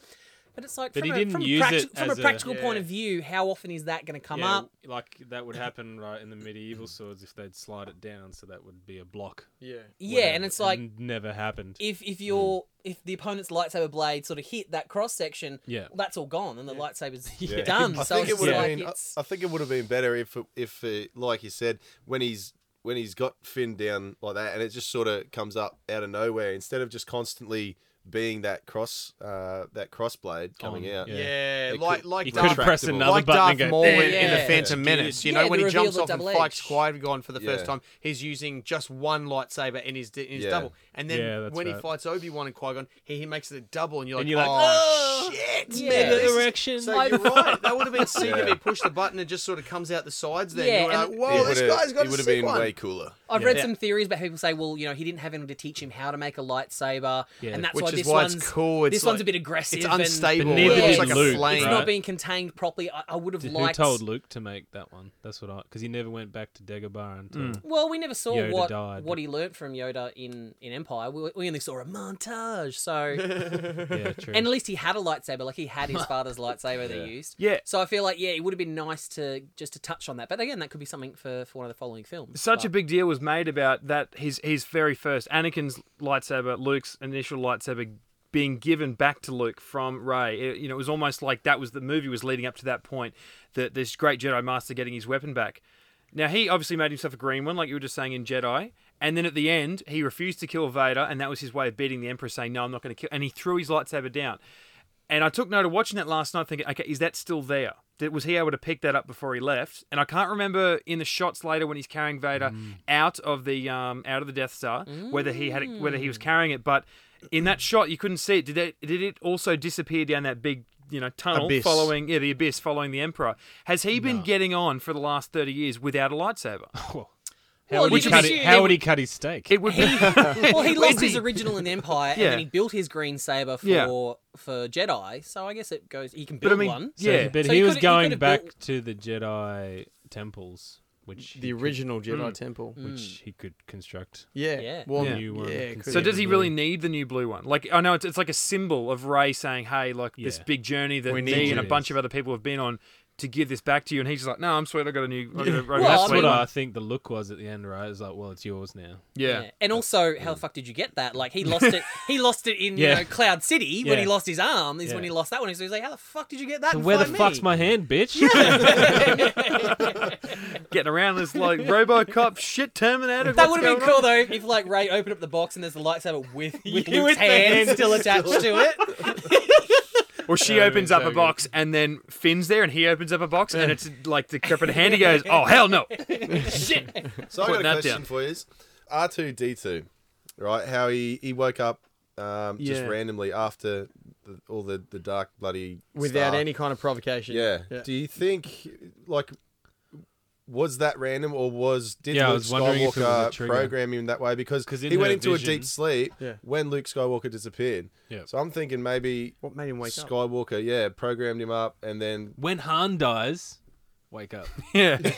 Speaker 5: But it's like
Speaker 1: But
Speaker 5: from,
Speaker 1: he
Speaker 5: a,
Speaker 1: didn't
Speaker 5: from, a
Speaker 1: use
Speaker 5: practi-
Speaker 1: it
Speaker 5: from a
Speaker 1: as a-
Speaker 5: practical point
Speaker 8: Yeah.
Speaker 5: of view, how often is that going to come
Speaker 1: yeah,
Speaker 5: up?
Speaker 1: like that
Speaker 5: (laughs)
Speaker 1: would happen right in the medieval swords if they'd slide it down, so that would be a block.
Speaker 8: Yeah.
Speaker 5: Yeah, and it's like
Speaker 1: never happened.
Speaker 5: if if your if the opponent's lightsaber blade sort of hit that cross section,
Speaker 1: Yeah.
Speaker 5: that's all gone and the lightsaber's
Speaker 1: (laughs)
Speaker 7: Yeah.
Speaker 5: done.
Speaker 4: I
Speaker 5: so
Speaker 4: think
Speaker 5: it's
Speaker 4: it would
Speaker 5: just
Speaker 4: have
Speaker 5: like
Speaker 4: been. I,
Speaker 5: it's
Speaker 4: I think it would have been better if, it- if, uh, like you said, when he's when he's got Finn down like that, and it just sort of comes up out of nowhere instead of just constantly being that cross, uh, that cross blade coming
Speaker 1: On,
Speaker 4: out.
Speaker 1: yeah.
Speaker 8: Yeah,
Speaker 4: It
Speaker 8: like
Speaker 4: could-
Speaker 8: like
Speaker 1: you
Speaker 4: Darth-
Speaker 1: could
Speaker 8: Darth,
Speaker 1: press
Speaker 4: Retractable.
Speaker 1: another
Speaker 8: like
Speaker 1: button
Speaker 8: Darth
Speaker 1: and go. "Eh,
Speaker 8: Maul in, in
Speaker 5: Yeah.
Speaker 8: the Phantom Menace. You
Speaker 5: Yeah,
Speaker 8: know when
Speaker 5: the
Speaker 8: he
Speaker 5: reveal
Speaker 8: jumps
Speaker 5: of
Speaker 8: off and
Speaker 5: double
Speaker 8: fights
Speaker 5: edge.
Speaker 8: Qui Gon for the first
Speaker 4: Yeah.
Speaker 8: time, he's using just one lightsaber in his in his
Speaker 4: Yeah.
Speaker 8: double, and then
Speaker 1: Yeah, that's
Speaker 8: when he
Speaker 1: right.
Speaker 8: fights Obi Wan and Qui Gon, he, he makes it a double, and you're like,
Speaker 1: And you're like,
Speaker 8: oh, shit,
Speaker 5: yeah.
Speaker 8: man, this is-
Speaker 1: direction.
Speaker 8: So you're right. That would have been sick if
Speaker 4: Yeah.
Speaker 8: he pushed the button and just sort of comes out the sides. Then
Speaker 5: Yeah,
Speaker 8: you're like,
Speaker 5: and-
Speaker 3: Oh,
Speaker 4: It
Speaker 8: whoa, this
Speaker 4: would've-
Speaker 8: guy's got
Speaker 4: it
Speaker 8: a
Speaker 4: would have
Speaker 8: sick
Speaker 4: been
Speaker 8: one.
Speaker 4: way cooler.
Speaker 5: I've
Speaker 1: Yeah.
Speaker 5: read
Speaker 1: Yeah.
Speaker 5: some theories about people say, well, you know, he didn't have anyone to teach him how to make a lightsaber,
Speaker 1: Yeah.
Speaker 5: and that's
Speaker 8: Which
Speaker 5: why
Speaker 8: is
Speaker 5: this
Speaker 8: why it's
Speaker 5: one's
Speaker 8: cool. It's
Speaker 5: this one's
Speaker 8: like-
Speaker 5: a bit aggressive.
Speaker 8: It's
Speaker 5: and
Speaker 8: unstable.
Speaker 1: But neither
Speaker 8: It's
Speaker 1: did
Speaker 8: like
Speaker 1: Luke,
Speaker 8: a flame.
Speaker 5: It's
Speaker 1: right?
Speaker 5: not being contained properly. I, I would have
Speaker 1: Who
Speaker 5: liked.
Speaker 1: told Luke to make that one? That's what I. Because he never went back to Dagobah until.
Speaker 5: Well, we never saw
Speaker 1: Yoda
Speaker 5: what
Speaker 1: died.
Speaker 5: what he learnt from Yoda in in Empire. We, we only saw a montage. So,
Speaker 1: (laughs)
Speaker 8: (laughs)
Speaker 1: Yeah, true.
Speaker 5: and at least he had a lightsaber. Like he had his father's lightsaber they used.
Speaker 2: Yeah.
Speaker 5: So I feel like yeah, it would have been nice to just to touch on that. But again, that could be something for for one of the following films.
Speaker 2: Such a
Speaker 5: But-
Speaker 2: big deal was made about that his his very first Anakin's lightsaber, Luke's initial lightsaber being given back to Luke from Ray. you know, it was almost like that was the movie was leading up to that point that this great Jedi master getting his weapon back. Now he obviously made himself a green one, like you were just saying in Jedi. And then at the end, he refused to kill Vader, and that was his way of beating the Emperor, saying, "No, I'm not going to kill." And he threw his lightsaber down. And I took note of watching that last night, thinking, okay, is that still there? Did, was he able to pick that up before he left? And I can't remember in the shots later when he's carrying Vader out of the um, out of the Death Star whether he had it, whether he was carrying it. But in that shot, you couldn't see it. Did it did it also disappear down that big you know tunnel
Speaker 8: Abyss.
Speaker 2: following yeah the abyss following the Emperor? Has he been getting on for the last thirty years without a lightsaber?
Speaker 1: how
Speaker 5: Well,
Speaker 1: would
Speaker 5: you
Speaker 1: he cut
Speaker 5: can
Speaker 1: it,
Speaker 5: assume-
Speaker 1: how would he cut his steak?
Speaker 2: It would be
Speaker 5: (laughs) well,
Speaker 2: (laughs)
Speaker 5: he lost
Speaker 2: Wendy.
Speaker 5: his original in Empire,
Speaker 2: Yeah.
Speaker 5: and then he built his green saber for
Speaker 2: Yeah.
Speaker 5: for Jedi. So I guess it goes. He can
Speaker 2: But
Speaker 5: build
Speaker 2: I mean,
Speaker 5: one.
Speaker 1: So-
Speaker 2: yeah.
Speaker 1: but
Speaker 5: So
Speaker 1: he
Speaker 5: he
Speaker 1: was
Speaker 5: could've- he
Speaker 1: going
Speaker 5: could've
Speaker 1: back
Speaker 5: built-
Speaker 1: to the Jedi temples, which he
Speaker 8: The original Jedi Temple.
Speaker 1: could, which he could construct.
Speaker 8: Mm. Yeah.
Speaker 5: Mm. Yeah.
Speaker 8: Well,
Speaker 1: Yeah.
Speaker 8: yeah.
Speaker 1: You were
Speaker 8: could-
Speaker 2: So
Speaker 1: Yeah,
Speaker 2: does he
Speaker 1: blue.
Speaker 2: really need the new blue one? Like I know it's, it's like a symbol of Ray saying, "Hey, like this
Speaker 1: Yeah.
Speaker 2: big journey that
Speaker 8: We need
Speaker 2: me
Speaker 8: you.
Speaker 2: and a
Speaker 1: It
Speaker 2: bunch
Speaker 1: is.
Speaker 2: of other people have been on to give this back to you," and he's just like, "No, I'm sweet. I got a new. I got a, I got a
Speaker 5: Well, I
Speaker 1: That's
Speaker 2: sweet
Speaker 1: what
Speaker 2: one."
Speaker 1: I think the look was at the end, right? It's like, well, it's yours now.
Speaker 2: yeah.
Speaker 5: Yeah. And also, how the fuck did you get that? Like he lost it. He lost it in
Speaker 1: Yeah.
Speaker 5: you know, Cloud City when he
Speaker 1: Yeah.
Speaker 5: lost his arm. Is when
Speaker 1: Yeah.
Speaker 5: he lost that one. So he's like, how the fuck did you get that?
Speaker 1: So
Speaker 5: and
Speaker 1: where the
Speaker 5: find
Speaker 1: fuck's
Speaker 5: me?
Speaker 1: my hand, bitch?
Speaker 2: Getting around this like RoboCop shit Terminator.
Speaker 5: That
Speaker 2: what's
Speaker 5: would have been
Speaker 2: going on?
Speaker 5: cool though if like Ray opened up the box and there's the lightsaber with with
Speaker 1: Yeah,
Speaker 5: Luke's
Speaker 1: with the
Speaker 5: hand
Speaker 1: hand
Speaker 5: still attached to it.
Speaker 2: Or she
Speaker 1: That would've
Speaker 2: opens
Speaker 1: been
Speaker 2: up
Speaker 1: so
Speaker 2: a box and then Finn's there, and he opens up a box, and it's like the decrepit
Speaker 1: (laughs)
Speaker 2: hand. He goes, "Oh hell no!"
Speaker 4: So I got a
Speaker 2: Putting that
Speaker 4: question
Speaker 2: down.
Speaker 4: for you. R two D two, right? How he he woke up um, just
Speaker 2: Yeah.
Speaker 4: randomly after the, all the the dark bloody
Speaker 8: Without
Speaker 4: star.
Speaker 8: any kind of provocation.
Speaker 4: Yeah. Do you think like was that random or was did
Speaker 1: Yeah, I
Speaker 4: Luke
Speaker 1: was wondering if it was a
Speaker 4: Skywalker
Speaker 1: trigger.
Speaker 4: program him that way because
Speaker 1: 'Cause in
Speaker 4: he
Speaker 1: her
Speaker 4: went into a
Speaker 1: vision-
Speaker 4: deep sleep
Speaker 8: Yeah.
Speaker 4: when Luke Skywalker disappeared.
Speaker 1: Yeah.
Speaker 4: So I'm thinking maybe
Speaker 8: What made him wake up?
Speaker 4: Skywalker, yeah, programmed him up and then
Speaker 1: (laughs) when Han dies, wake up.
Speaker 2: Yeah,
Speaker 5: Well,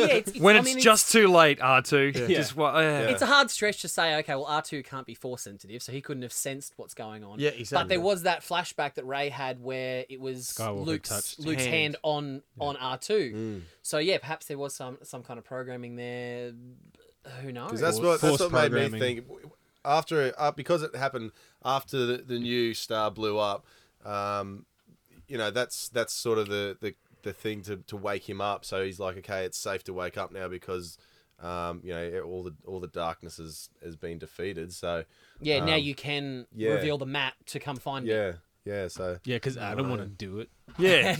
Speaker 5: yeah. It's, it's,
Speaker 2: when
Speaker 5: I
Speaker 2: it's
Speaker 5: mean,
Speaker 2: just too late, R two. Just what? uh,
Speaker 4: Yeah.
Speaker 5: It's a hard stretch to say, okay, well, R2 can't be force sensitive, so he couldn't have sensed what's going on.
Speaker 8: Yeah,
Speaker 5: But
Speaker 8: exactly.
Speaker 5: there was that flashback that Ray had where it was
Speaker 1: Skywalker
Speaker 5: Luke's,
Speaker 1: touched
Speaker 5: Luke's hand,
Speaker 8: hand.
Speaker 5: on on R2. So, yeah, perhaps there was some, some kind of programming there. Who knows?
Speaker 4: Because that's
Speaker 1: Force-
Speaker 4: what that's
Speaker 1: force
Speaker 4: what made me
Speaker 1: programming.
Speaker 4: think after uh, because it happened after the, the new star blew up. Um, you know that's that's sort of the the, the thing to, to wake him up. So he's like, okay, it's safe to wake up now because um, you know all the all the darkness has has been defeated. So
Speaker 5: yeah, now
Speaker 4: um,
Speaker 5: you can
Speaker 4: yeah.
Speaker 5: reveal the map to come find me.
Speaker 4: yeah, yeah. So
Speaker 1: Yeah, because I don't want to do it.
Speaker 2: Yeah,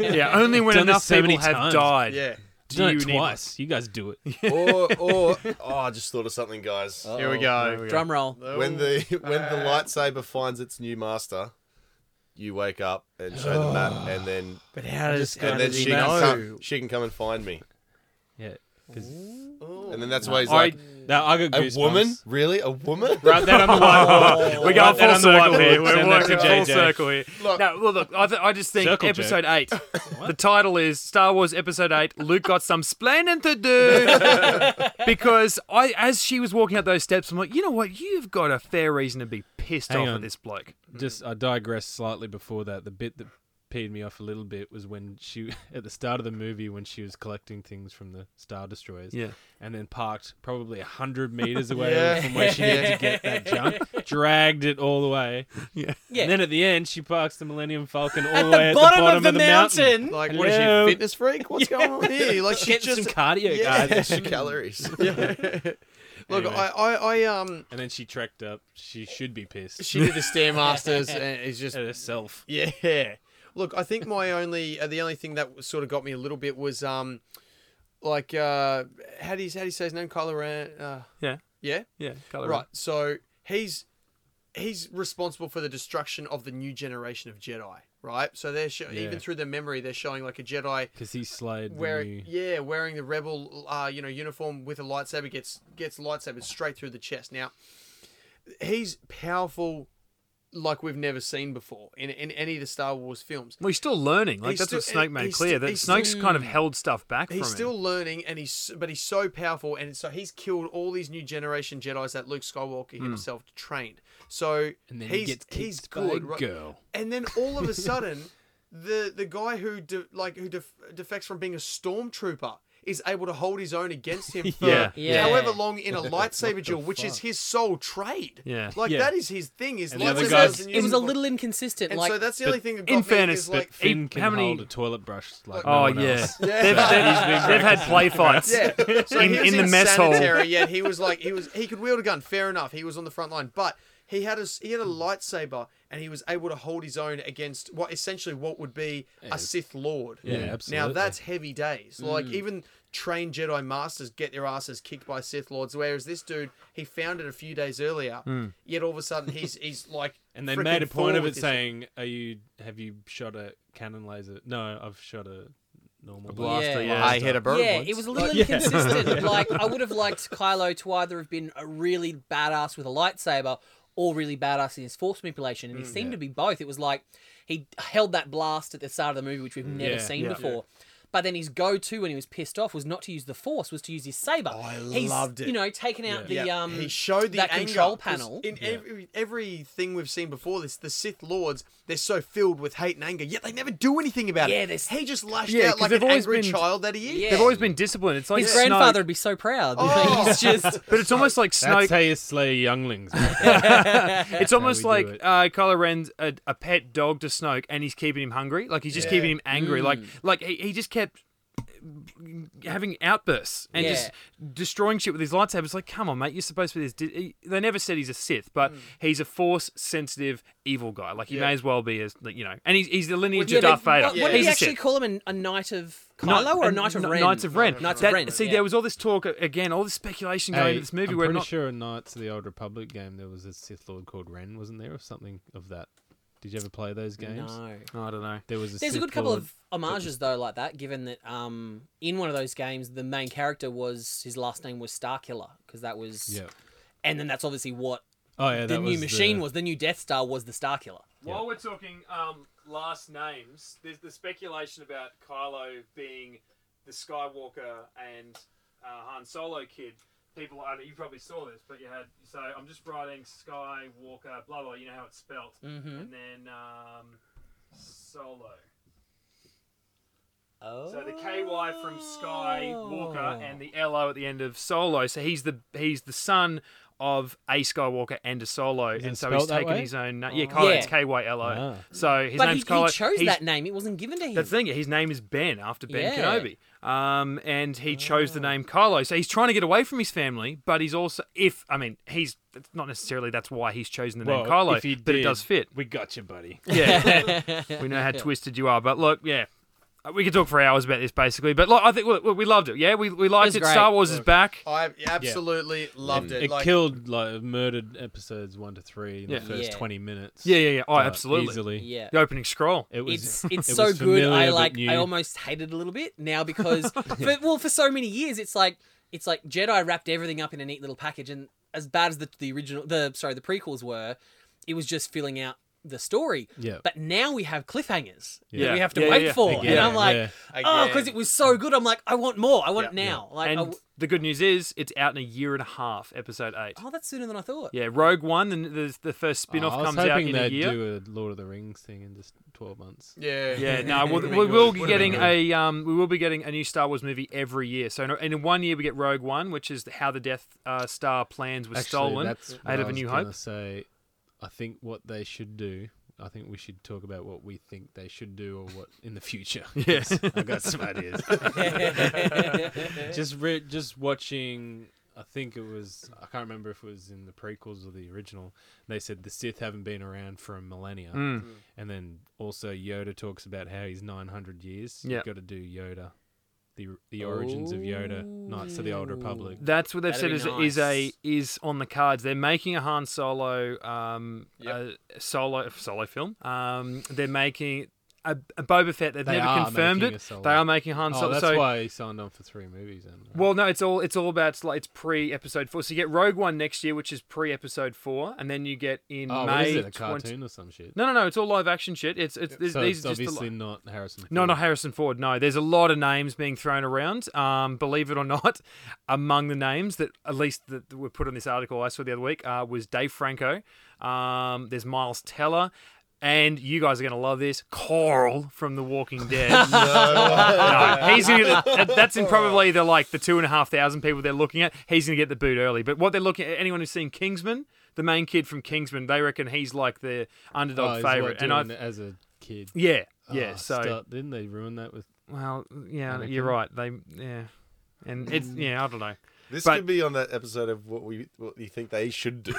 Speaker 2: yeah. Only when
Speaker 1: Done this
Speaker 2: enough
Speaker 1: so
Speaker 2: people
Speaker 1: many
Speaker 2: have
Speaker 1: times.
Speaker 2: died.
Speaker 8: Yeah.
Speaker 1: Do
Speaker 2: Do
Speaker 1: Done
Speaker 2: you
Speaker 1: it
Speaker 2: need-
Speaker 1: twice. You guys do it.
Speaker 4: or or (laughs) oh, I just thought of something, guys.
Speaker 8: Here
Speaker 3: Oh,
Speaker 8: we go.
Speaker 5: Drum roll.
Speaker 4: When the when the lightsaber finds its new master, you wake up and show the map, and then
Speaker 8: But how does,
Speaker 4: and then she can come, she can come and find me.
Speaker 1: Yeah, because
Speaker 4: And then that's why he's
Speaker 2: I-
Speaker 4: like,
Speaker 1: No, I got
Speaker 4: a
Speaker 1: goosebumps.
Speaker 4: woman? Really? A woman?
Speaker 1: Write that
Speaker 2: (laughs)
Speaker 4: (laughs)
Speaker 1: on the whiteboard.
Speaker 2: We're going
Speaker 1: Write that
Speaker 2: full
Speaker 1: on the
Speaker 2: circle
Speaker 1: whiteboard.
Speaker 2: here. We're
Speaker 1: Send that to
Speaker 2: working full
Speaker 1: JJ.
Speaker 2: circle here. no, well, look, I, th- I just think
Speaker 1: Circle jerk.
Speaker 2: episode
Speaker 1: (laughs)
Speaker 2: eight. the title is Star Wars Episode Eight. Luke got some splaining to do
Speaker 1: (laughs)
Speaker 2: because I, as she was walking up those steps, I'm like, you know what? You've got a fair reason to be pissed
Speaker 1: Hang
Speaker 2: off
Speaker 1: on.
Speaker 2: at this
Speaker 1: (laughs)
Speaker 2: bloke.
Speaker 1: Just I digress slightly before that. The bit that peed me off a little bit was when she (laughs) at the start of the movie when she was collecting things from the star destroyers.
Speaker 2: Yeah.
Speaker 1: And then parked probably hundred meters away from where she had to get that junk, dragged it all the way.
Speaker 5: Yeah.
Speaker 1: And then at the end, she parks the Millennium Falcon all
Speaker 5: at,
Speaker 1: the
Speaker 5: the
Speaker 1: way
Speaker 5: bottom
Speaker 1: at the bottom
Speaker 5: of the, mountain.
Speaker 3: Like, what is
Speaker 1: Hello?
Speaker 3: she, fitness freak? (laughs) What's going on here? Like, she
Speaker 1: Get
Speaker 3: just (laughs)
Speaker 1: some cardio,
Speaker 3: Yeah.
Speaker 4: (laughs)
Speaker 1: guys.
Speaker 4: Calories.
Speaker 3: look.
Speaker 1: Anyway.
Speaker 3: I, I, I, um,
Speaker 1: And then she trekked up. She should be pissed
Speaker 3: she did the (laughs) stairmasters, and it's just
Speaker 1: at herself.
Speaker 3: Yeah. Look, I think my only uh, the only thing that sort of got me a little bit was um, like uh, how do you how do you say his name? Kylo Ren. Uh,
Speaker 2: Yeah.
Speaker 3: yeah.
Speaker 2: Yeah, colour
Speaker 3: Right. So he's he's responsible for the destruction of the new generation of Jedi. Right. So they're sho-
Speaker 1: Yeah.
Speaker 3: even through their memory, they're showing like a Jedi
Speaker 1: Because he slayed the
Speaker 3: wearing
Speaker 1: new-
Speaker 3: yeah wearing the rebel uh, you know uniform with a lightsaber gets gets lightsaber straight through the chest. Now he's powerful like we've never seen before in in any of the Star Wars films.
Speaker 2: Well, he's still learning. Like
Speaker 3: He's
Speaker 2: that's
Speaker 3: still-
Speaker 2: what Snoke made
Speaker 3: he's
Speaker 2: clear.
Speaker 3: still-
Speaker 2: that
Speaker 3: he's
Speaker 2: Snoke's
Speaker 3: still-
Speaker 2: kind of held stuff back
Speaker 3: He's
Speaker 2: from
Speaker 3: still
Speaker 2: him.
Speaker 3: learning, and he's but he's so powerful, and so he's killed all these new generation Jedi's that Luke Skywalker himself trained. So
Speaker 1: Hmm. And then
Speaker 3: he's
Speaker 1: he gets kicked
Speaker 3: he's
Speaker 1: by
Speaker 3: good,
Speaker 1: a
Speaker 3: right?
Speaker 1: girl.
Speaker 3: and then all of a sudden, the the guy who de- like who def- defects from being a stormtrooper is able to hold his own against him for
Speaker 2: Yeah.
Speaker 5: Yeah.
Speaker 3: however long in a lightsaber duel, which is his sole trade.
Speaker 2: Yeah.
Speaker 3: like
Speaker 1: Yeah.
Speaker 3: that is his thing. Is
Speaker 1: And the other
Speaker 3: lightsabers
Speaker 1: guys-
Speaker 3: and
Speaker 5: It was a
Speaker 3: using-
Speaker 5: little inconsistent.
Speaker 3: And
Speaker 5: like,
Speaker 3: so that's the
Speaker 1: But
Speaker 3: only thing that got
Speaker 2: in
Speaker 3: me
Speaker 2: fairness,
Speaker 3: is
Speaker 2: but
Speaker 3: like,
Speaker 1: Finn
Speaker 2: Eight-
Speaker 1: can
Speaker 2: how many-
Speaker 1: hold a toilet brush like no
Speaker 2: Oh
Speaker 1: one
Speaker 2: yeah,
Speaker 1: (laughs) else.
Speaker 2: they've, they've, they've
Speaker 3: (laughs)
Speaker 2: had play fights (laughs)
Speaker 3: Yeah. So
Speaker 2: in,
Speaker 3: he was
Speaker 2: in the mess hall.
Speaker 3: sanitary, Yet he was like he was he could wield a gun. Fair enough. He was on the front line, but he had a s- he had a lightsaber and he was able to hold his own against what essentially what would be a Sith Lord.
Speaker 1: Yeah,
Speaker 3: Now
Speaker 1: absolutely. Mm.
Speaker 3: that's heavy days. Like even trained Jedi masters get their asses kicked by Sith Lords, whereas this dude he found it a few days earlier. Yet all of a sudden he's he's like
Speaker 1: And they
Speaker 3: frickin'
Speaker 1: made a point
Speaker 3: Thor
Speaker 1: of
Speaker 3: with
Speaker 1: it
Speaker 3: this-
Speaker 1: saying, "Are you? Have you shot a cannon laser? No, I've shot a normal
Speaker 5: blaster,
Speaker 1: laser.
Speaker 5: yeah.
Speaker 1: Blaster.
Speaker 11: hit a bird
Speaker 5: yeah,
Speaker 11: once.
Speaker 5: it was a little inconsistent. like I would have liked Kylo to either have been a really badass with a lightsaber or really badass in his force manipulation,
Speaker 3: Mm,
Speaker 5: and he seemed to be both. It was like he held that blast at the start of the movie, which
Speaker 3: Mm,
Speaker 5: we've never
Speaker 1: Yeah,
Speaker 5: seen
Speaker 2: yeah.
Speaker 5: before. But then his go-to when he was pissed off was not to use the force, was to use his saber. Oh, I
Speaker 3: loved it.
Speaker 5: You know, taking out the
Speaker 3: Yeah,
Speaker 5: um,
Speaker 3: he showed the
Speaker 5: that
Speaker 3: anger,
Speaker 5: control
Speaker 3: 'cause
Speaker 5: panel.
Speaker 3: In every, everything we've seen before this, the Sith Lords, they're so filled with hate and anger, yet they never do anything about
Speaker 5: Yeah,
Speaker 3: it.
Speaker 5: there's-
Speaker 3: he just lashed
Speaker 2: Yeah, 'cause
Speaker 3: out like
Speaker 2: they've
Speaker 3: an
Speaker 2: always
Speaker 3: angry
Speaker 2: been-
Speaker 3: child that he is.
Speaker 5: Yeah.
Speaker 2: They've always been disciplined. It's like
Speaker 5: his
Speaker 2: Snoke-
Speaker 5: grandfather would be so proud. (laughs)
Speaker 3: Oh.
Speaker 5: He's just
Speaker 2: (laughs) but it's almost like
Speaker 1: (laughs) That's
Speaker 2: Snoke.
Speaker 1: how you slay younglings. (laughs) mate.
Speaker 2: it's almost
Speaker 1: we
Speaker 2: like
Speaker 1: do it.
Speaker 2: uh, Kylo Ren's a, a pet dog to Snoke, and he's keeping him hungry. Like he's just keeping him angry. Like
Speaker 5: Mm.
Speaker 2: like he, he just kept having outbursts and just destroying shit with his lightsaber. It's like, come on, mate, you're supposed to be this. Did, he, they never said he's a Sith, but
Speaker 5: Mm.
Speaker 2: he's a Force sensitive evil guy. Like he may as well be as like, you know, and he's he's the lineage
Speaker 5: Yeah,
Speaker 2: of Darth
Speaker 5: but
Speaker 2: Vader.
Speaker 5: What, what did
Speaker 2: he's
Speaker 5: he
Speaker 2: a
Speaker 5: actually
Speaker 2: Sith.
Speaker 5: call him? A, a knight of Kylo or a knight of
Speaker 2: Kn-
Speaker 5: Ren?
Speaker 2: Knights of Ren.
Speaker 5: Knights of
Speaker 2: That-
Speaker 5: Ren,
Speaker 2: See,
Speaker 5: yeah.
Speaker 2: there was all this talk again, all this speculation going into this movie
Speaker 1: I'm
Speaker 2: where
Speaker 1: pretty
Speaker 2: not.
Speaker 1: sure in Knights of the Old Republic game there was a Sith Lord called Ren, wasn't there, or something of that? Did you ever play those games?
Speaker 5: No.
Speaker 2: I don't know.
Speaker 1: There was a
Speaker 5: There's
Speaker 1: Sith
Speaker 5: a good couple
Speaker 1: Lord-
Speaker 5: of homages though, like that. Given that um, in one of those games, the main character was his last name was Starkiller because that was,
Speaker 1: Yeah.
Speaker 5: and then that's obviously what
Speaker 1: Oh yeah,
Speaker 5: the
Speaker 1: that
Speaker 5: new
Speaker 1: was
Speaker 5: machine
Speaker 1: the-
Speaker 5: was. The new Death Star was the Starkiller.
Speaker 2: While we're talking um, last names, there's the speculation about Kylo being the Skywalker and uh, Han Solo kid. People, I know you probably saw this, but you had so I'm just writing Skywalker, blah blah. You know how it's spelt,
Speaker 5: Mhm.
Speaker 2: and then um, Solo.
Speaker 5: Oh.
Speaker 2: So the KY from
Speaker 1: Oh.
Speaker 2: Skywalker and the LO at the end of Solo. So he's the he's the son of a Skywalker and a Solo,
Speaker 1: Is it
Speaker 2: and so he's
Speaker 1: spelled that
Speaker 2: taken
Speaker 1: way? Oh.
Speaker 2: his own. na- Yeah, Kylo, it's
Speaker 5: Yeah.
Speaker 2: K Y L O.
Speaker 1: Ah.
Speaker 2: So his
Speaker 5: but he,
Speaker 2: name's
Speaker 5: he
Speaker 2: Kylo.
Speaker 5: chose
Speaker 2: He's-
Speaker 5: that name; it wasn't given to him.
Speaker 2: That's the thing. His name is Ben after Ben
Speaker 5: Yeah.
Speaker 2: Kenobi, um, and he chose
Speaker 1: Ah.
Speaker 2: the name Kylo. So he's trying to get away from his family, but he's also if I mean he's it's not necessarily that's why he's chosen the
Speaker 1: Well,
Speaker 2: name Kylo,
Speaker 1: if you
Speaker 2: but it
Speaker 1: did,
Speaker 2: does fit.
Speaker 1: We got
Speaker 5: (laughs)
Speaker 1: you, buddy.
Speaker 2: Yeah, we know how twisted you are. But look, yeah, Uh, we could talk for hours about this basically. But look, I think look, we loved it. Yeah, we we liked
Speaker 5: was
Speaker 2: it.
Speaker 5: great.
Speaker 2: Star Wars is back.
Speaker 3: I absolutely loved it.
Speaker 1: It
Speaker 3: like,
Speaker 1: killed like murdered episodes one to three in
Speaker 2: Yeah.
Speaker 1: the first
Speaker 5: Yeah.
Speaker 1: twenty minutes.
Speaker 2: Yeah, yeah, yeah. Oh,
Speaker 1: Uh,
Speaker 2: absolutely.
Speaker 1: Easily.
Speaker 5: yeah.
Speaker 2: The opening scroll.
Speaker 1: It was. (laughs)
Speaker 5: It's
Speaker 1: it
Speaker 5: it's
Speaker 1: was
Speaker 5: so good.
Speaker 1: familiar
Speaker 5: I
Speaker 1: but
Speaker 5: like.
Speaker 1: new. (laughs)
Speaker 5: I almost hate it a little bit now because, for, well, for so many years, it's like it's like Jedi wrapped everything up in a neat little package, and as bad as the, the original, the sorry, the prequels were, it was just filling out the story.
Speaker 1: Yeah.
Speaker 5: But now we have cliffhangers
Speaker 2: Yeah.
Speaker 5: that we have to
Speaker 2: Yeah,
Speaker 5: wait
Speaker 2: yeah, yeah.
Speaker 5: for, and
Speaker 1: Again,
Speaker 5: I'm like,
Speaker 1: yeah.
Speaker 5: oh, because it was so good. I'm like, I want more. I want it now. Like, I
Speaker 2: and
Speaker 5: w-
Speaker 2: the good news is it's out in a year and a half, episode eight.
Speaker 5: oh, that's sooner than I thought. (laughs)
Speaker 2: Yeah, Rogue One, the, the, the first spin off
Speaker 1: Oh, I was
Speaker 2: comes out
Speaker 1: hoping
Speaker 2: in a
Speaker 1: they'd
Speaker 2: year.
Speaker 1: do a Lord of the Rings thing in just twelve months.
Speaker 8: Yeah.
Speaker 2: Yeah,
Speaker 3: (laughs)
Speaker 1: (laughs)
Speaker 2: no, we'll,
Speaker 8: Would've
Speaker 2: we
Speaker 8: been
Speaker 2: will
Speaker 8: good.
Speaker 2: be
Speaker 8: Would've
Speaker 2: getting
Speaker 8: been
Speaker 2: a um, we will be getting a new Star Wars movie every year. So in, in one year we get Rogue One, which is how the Death uh, Star plans were
Speaker 1: Actually,
Speaker 2: stolen
Speaker 1: that's what
Speaker 2: out of
Speaker 1: I
Speaker 2: A
Speaker 1: was
Speaker 2: New
Speaker 1: gonna
Speaker 2: Hope.
Speaker 1: Say, I think what they should do. I think we should talk about what we think they should do or what in the
Speaker 2: (laughs)
Speaker 1: future. Yes, (laughs) I got some ideas.
Speaker 5: Uh,
Speaker 1: just re- just watching. I think it was I can't remember if it was in the prequels or the original. They said the Sith haven't been around for a millennia,
Speaker 2: Hmm.
Speaker 1: and then also Yoda talks about how he's nine hundred years.
Speaker 2: Yeah.
Speaker 1: You've got to do Yoda, the the origins of Yoda, Knights of the Old Republic.
Speaker 2: That's what they've
Speaker 5: That'd
Speaker 2: said
Speaker 5: be
Speaker 2: is,
Speaker 5: nice.
Speaker 2: is a is on the cards. They're making a Han Solo um a solo solo film. Um, they're making a, a Boba Fett. They've
Speaker 1: They
Speaker 2: never
Speaker 1: are
Speaker 2: confirmed
Speaker 1: making a
Speaker 2: it.
Speaker 1: solo.
Speaker 2: They are making Han
Speaker 1: Oh,
Speaker 2: Solo.
Speaker 1: that's
Speaker 2: so,
Speaker 1: why he signed on for three movies. Then, right?
Speaker 2: Well, no, it's all it's all about it's like it's pre episode four. So you get Rogue One next year, which is pre episode four, and then you get in
Speaker 1: oh,
Speaker 2: May.
Speaker 1: what is it? A
Speaker 2: 20
Speaker 1: cartoon or some shit?
Speaker 2: No, no, no. It's all live action shit. It's it's,
Speaker 1: so
Speaker 2: these
Speaker 1: it's
Speaker 2: are just the
Speaker 1: obviously
Speaker 2: li-
Speaker 1: not Harrison.
Speaker 2: no,
Speaker 1: Ford.
Speaker 2: not Harrison Ford. No, there's a lot of names being thrown around. Um, believe it or not, (laughs) among the names that at least that were put on this article I saw the other week uh, was Dave Franco. Um, there's Miles Teller, and you guys are gonna love this Carl from The Walking
Speaker 1: (laughs)
Speaker 2: Dead. no, he's gonna get the, that- that's in probably the like the two and a half thousand people they're looking at. He's gonna get the boot early. But what they're looking at, anyone who's seen Kingsman, the main kid from Kingsman, they reckon he's like the
Speaker 1: Oh,
Speaker 2: underdog
Speaker 1: he's, like,
Speaker 2: favorite. And I,
Speaker 1: doing it as a kid.
Speaker 2: yeah, yeah.
Speaker 1: Oh,
Speaker 2: so
Speaker 1: stop. didn't they ruin
Speaker 2: (laughs)
Speaker 1: that with?
Speaker 2: well, yeah,
Speaker 1: Anakin?
Speaker 2: you're right. They, yeah, and it's yeah, I don't know.
Speaker 4: This
Speaker 2: But-
Speaker 4: could be on that episode of what we what you think they should do.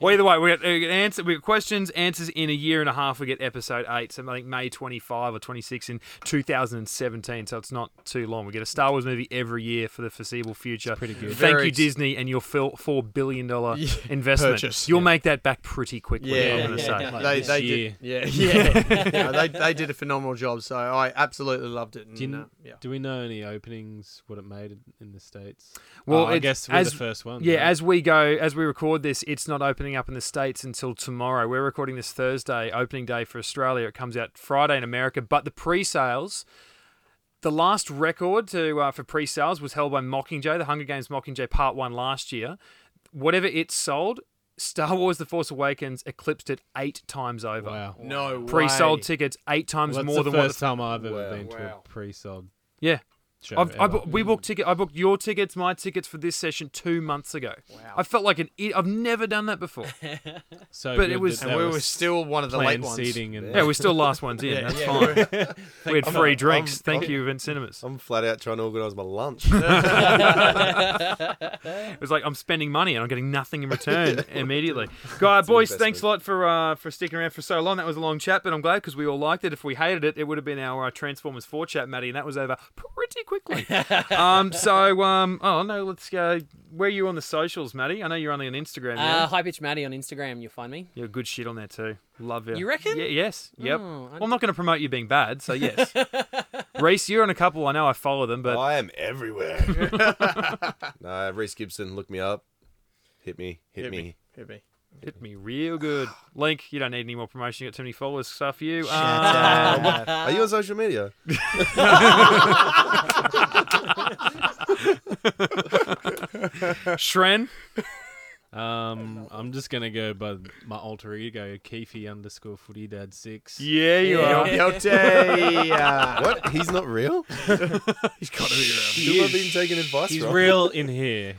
Speaker 2: Well, either way, we got, we got answer, we got questions, answers in a year and a half. We get episode eight, so I think May 25 or 26 in 2017. So it's not too long. We get a Star Wars movie every year for the foreseeable future. pretty good. Thank
Speaker 8: Very
Speaker 2: you,
Speaker 8: ex-
Speaker 2: Disney, and your fil- four billion dollar investment.
Speaker 8: purchase.
Speaker 2: You'll make that back pretty quickly.
Speaker 8: Yeah,
Speaker 2: I'm gonna
Speaker 5: yeah,
Speaker 2: say.
Speaker 5: yeah.
Speaker 1: Like
Speaker 8: They,
Speaker 1: this
Speaker 8: they
Speaker 1: year.
Speaker 8: did,
Speaker 2: (laughs)
Speaker 8: yeah,
Speaker 3: (laughs)
Speaker 8: yeah. No, they, they did a phenomenal job, so I absolutely loved it. And,
Speaker 1: Do, you,
Speaker 8: uh,
Speaker 1: kn-
Speaker 8: yeah.
Speaker 1: do we know any openings? What it made in- in the states?
Speaker 2: Well,
Speaker 1: Oh, I
Speaker 2: it's-
Speaker 1: guess we're
Speaker 2: as-
Speaker 1: the first one.
Speaker 2: Yeah,
Speaker 1: right?
Speaker 2: as we go, as we record this, it's not opening up in the States until tomorrow. We're recording this Thursday, opening day for Australia. It comes out Friday in America, but the pre sales. The last record to uh, for pre-sales was held by Mockingjay, The Hunger Games Mockingjay Part One last year. Whatever it sold, Star Wars: The Force Awakens eclipsed it eight times over.
Speaker 1: wow.
Speaker 8: No
Speaker 2: Pre-sold
Speaker 8: way.
Speaker 2: tickets eight times
Speaker 1: Well, that's
Speaker 2: more
Speaker 1: the
Speaker 2: than what.
Speaker 1: first time I've ever
Speaker 4: Wow.
Speaker 1: been to
Speaker 8: Wow.
Speaker 1: a pre-sold
Speaker 2: yeah,
Speaker 1: show.
Speaker 2: I've, I
Speaker 1: ever.
Speaker 2: bu- we booked ticket. I booked your tickets, my tickets for this session two months ago. Wow! I felt like an. i- I've never done that before.
Speaker 1: so
Speaker 2: but
Speaker 1: good
Speaker 2: it
Speaker 1: that
Speaker 2: was-
Speaker 1: that
Speaker 8: And we were still one of the late
Speaker 1: planned
Speaker 8: ones.
Speaker 1: seating and
Speaker 2: Yeah, we're still last ones in. That's fine. we had free drinks. Thank you, Event Cinemas.
Speaker 4: I'm flat out trying to organise my lunch.
Speaker 2: It was like I'm spending money and I'm getting nothing in return immediately. Guy, boys,
Speaker 4: investment.
Speaker 2: thanks a lot for uh, for sticking around for so long. That was a long chat, but I'm glad because we all liked it. If we hated it, it would have been our uh, Transformers Four chat, Maddie, and that was over pretty quickly. um, so um, oh no, let's go. Where are you on the socials, Maddie? I know you're only on Instagram. yeah?
Speaker 5: Uh, High Pitch Maddie on Instagram, you'll find me.
Speaker 2: You're good shit on there too. Love you.
Speaker 5: You reckon?
Speaker 2: Yeah, yes. Yep.
Speaker 5: Oh, I-
Speaker 2: well, I'm not going to promote you being bad, so
Speaker 5: (laughs)
Speaker 2: yes. Reese, you're on a couple. I know I follow them, but
Speaker 4: I am everywhere. no, Reese Gibson, look me up. Hit me, hit,
Speaker 8: Hit
Speaker 4: me.
Speaker 8: me. Hit me.
Speaker 2: hit me real good. Link, you don't need any more promotion. You got too many followers. Stuff you. Uh,
Speaker 8: Uh,
Speaker 4: Are you on social media?
Speaker 2: Uh, Shren.
Speaker 1: Um, I'm just gonna go by my alter ego, Keefe underscore footy dad six.
Speaker 2: Yeah, you are.
Speaker 4: (laughs) What? He's not real?
Speaker 8: He's got to be around.
Speaker 4: Who have been taking advice
Speaker 1: He's
Speaker 4: from?
Speaker 1: real
Speaker 2: (laughs)
Speaker 1: in here,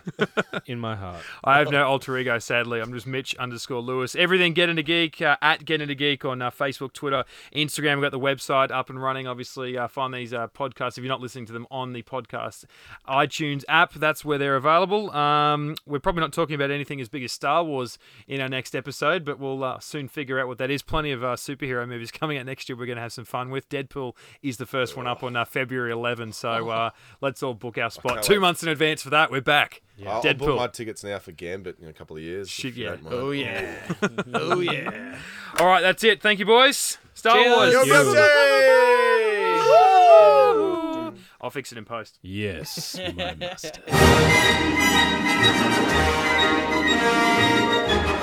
Speaker 1: in my heart.
Speaker 2: I
Speaker 4: Oh.
Speaker 2: have no alter ego, sadly. I'm just Mitch underscore Lewis. Everything Get Into Geek, uh, at Get Into Geek on uh, Facebook, Twitter, Instagram. We've got the website up and running. Obviously, uh, find these uh, podcasts if you're not listening to them on the podcast iTunes app. That's where they're available. Um, we're probably not talking about anything as big as Star Wars in our next episode, but we'll uh, soon figure out what that is. Plenty of uh, superhero movies (laughs) coming out next year we're going to have some fun with. Deadpool is the first one up on uh, February 11,
Speaker 4: Oh.
Speaker 2: so uh, let's all book our spot. Two months in advance for that. We're back.
Speaker 4: I'll, I'll
Speaker 2: Deadpool.
Speaker 4: book my tickets now for Gambit in a couple of years. if
Speaker 2: Shit,
Speaker 4: you
Speaker 2: yeah.
Speaker 4: don't mind.
Speaker 8: Oh yeah.
Speaker 5: (laughs)
Speaker 8: Oh yeah.
Speaker 2: All right, that's it. Thank you, boys. Star Wars.
Speaker 1: Yo,
Speaker 2: Woo! I'll fix it in post.
Speaker 1: Yes, my master.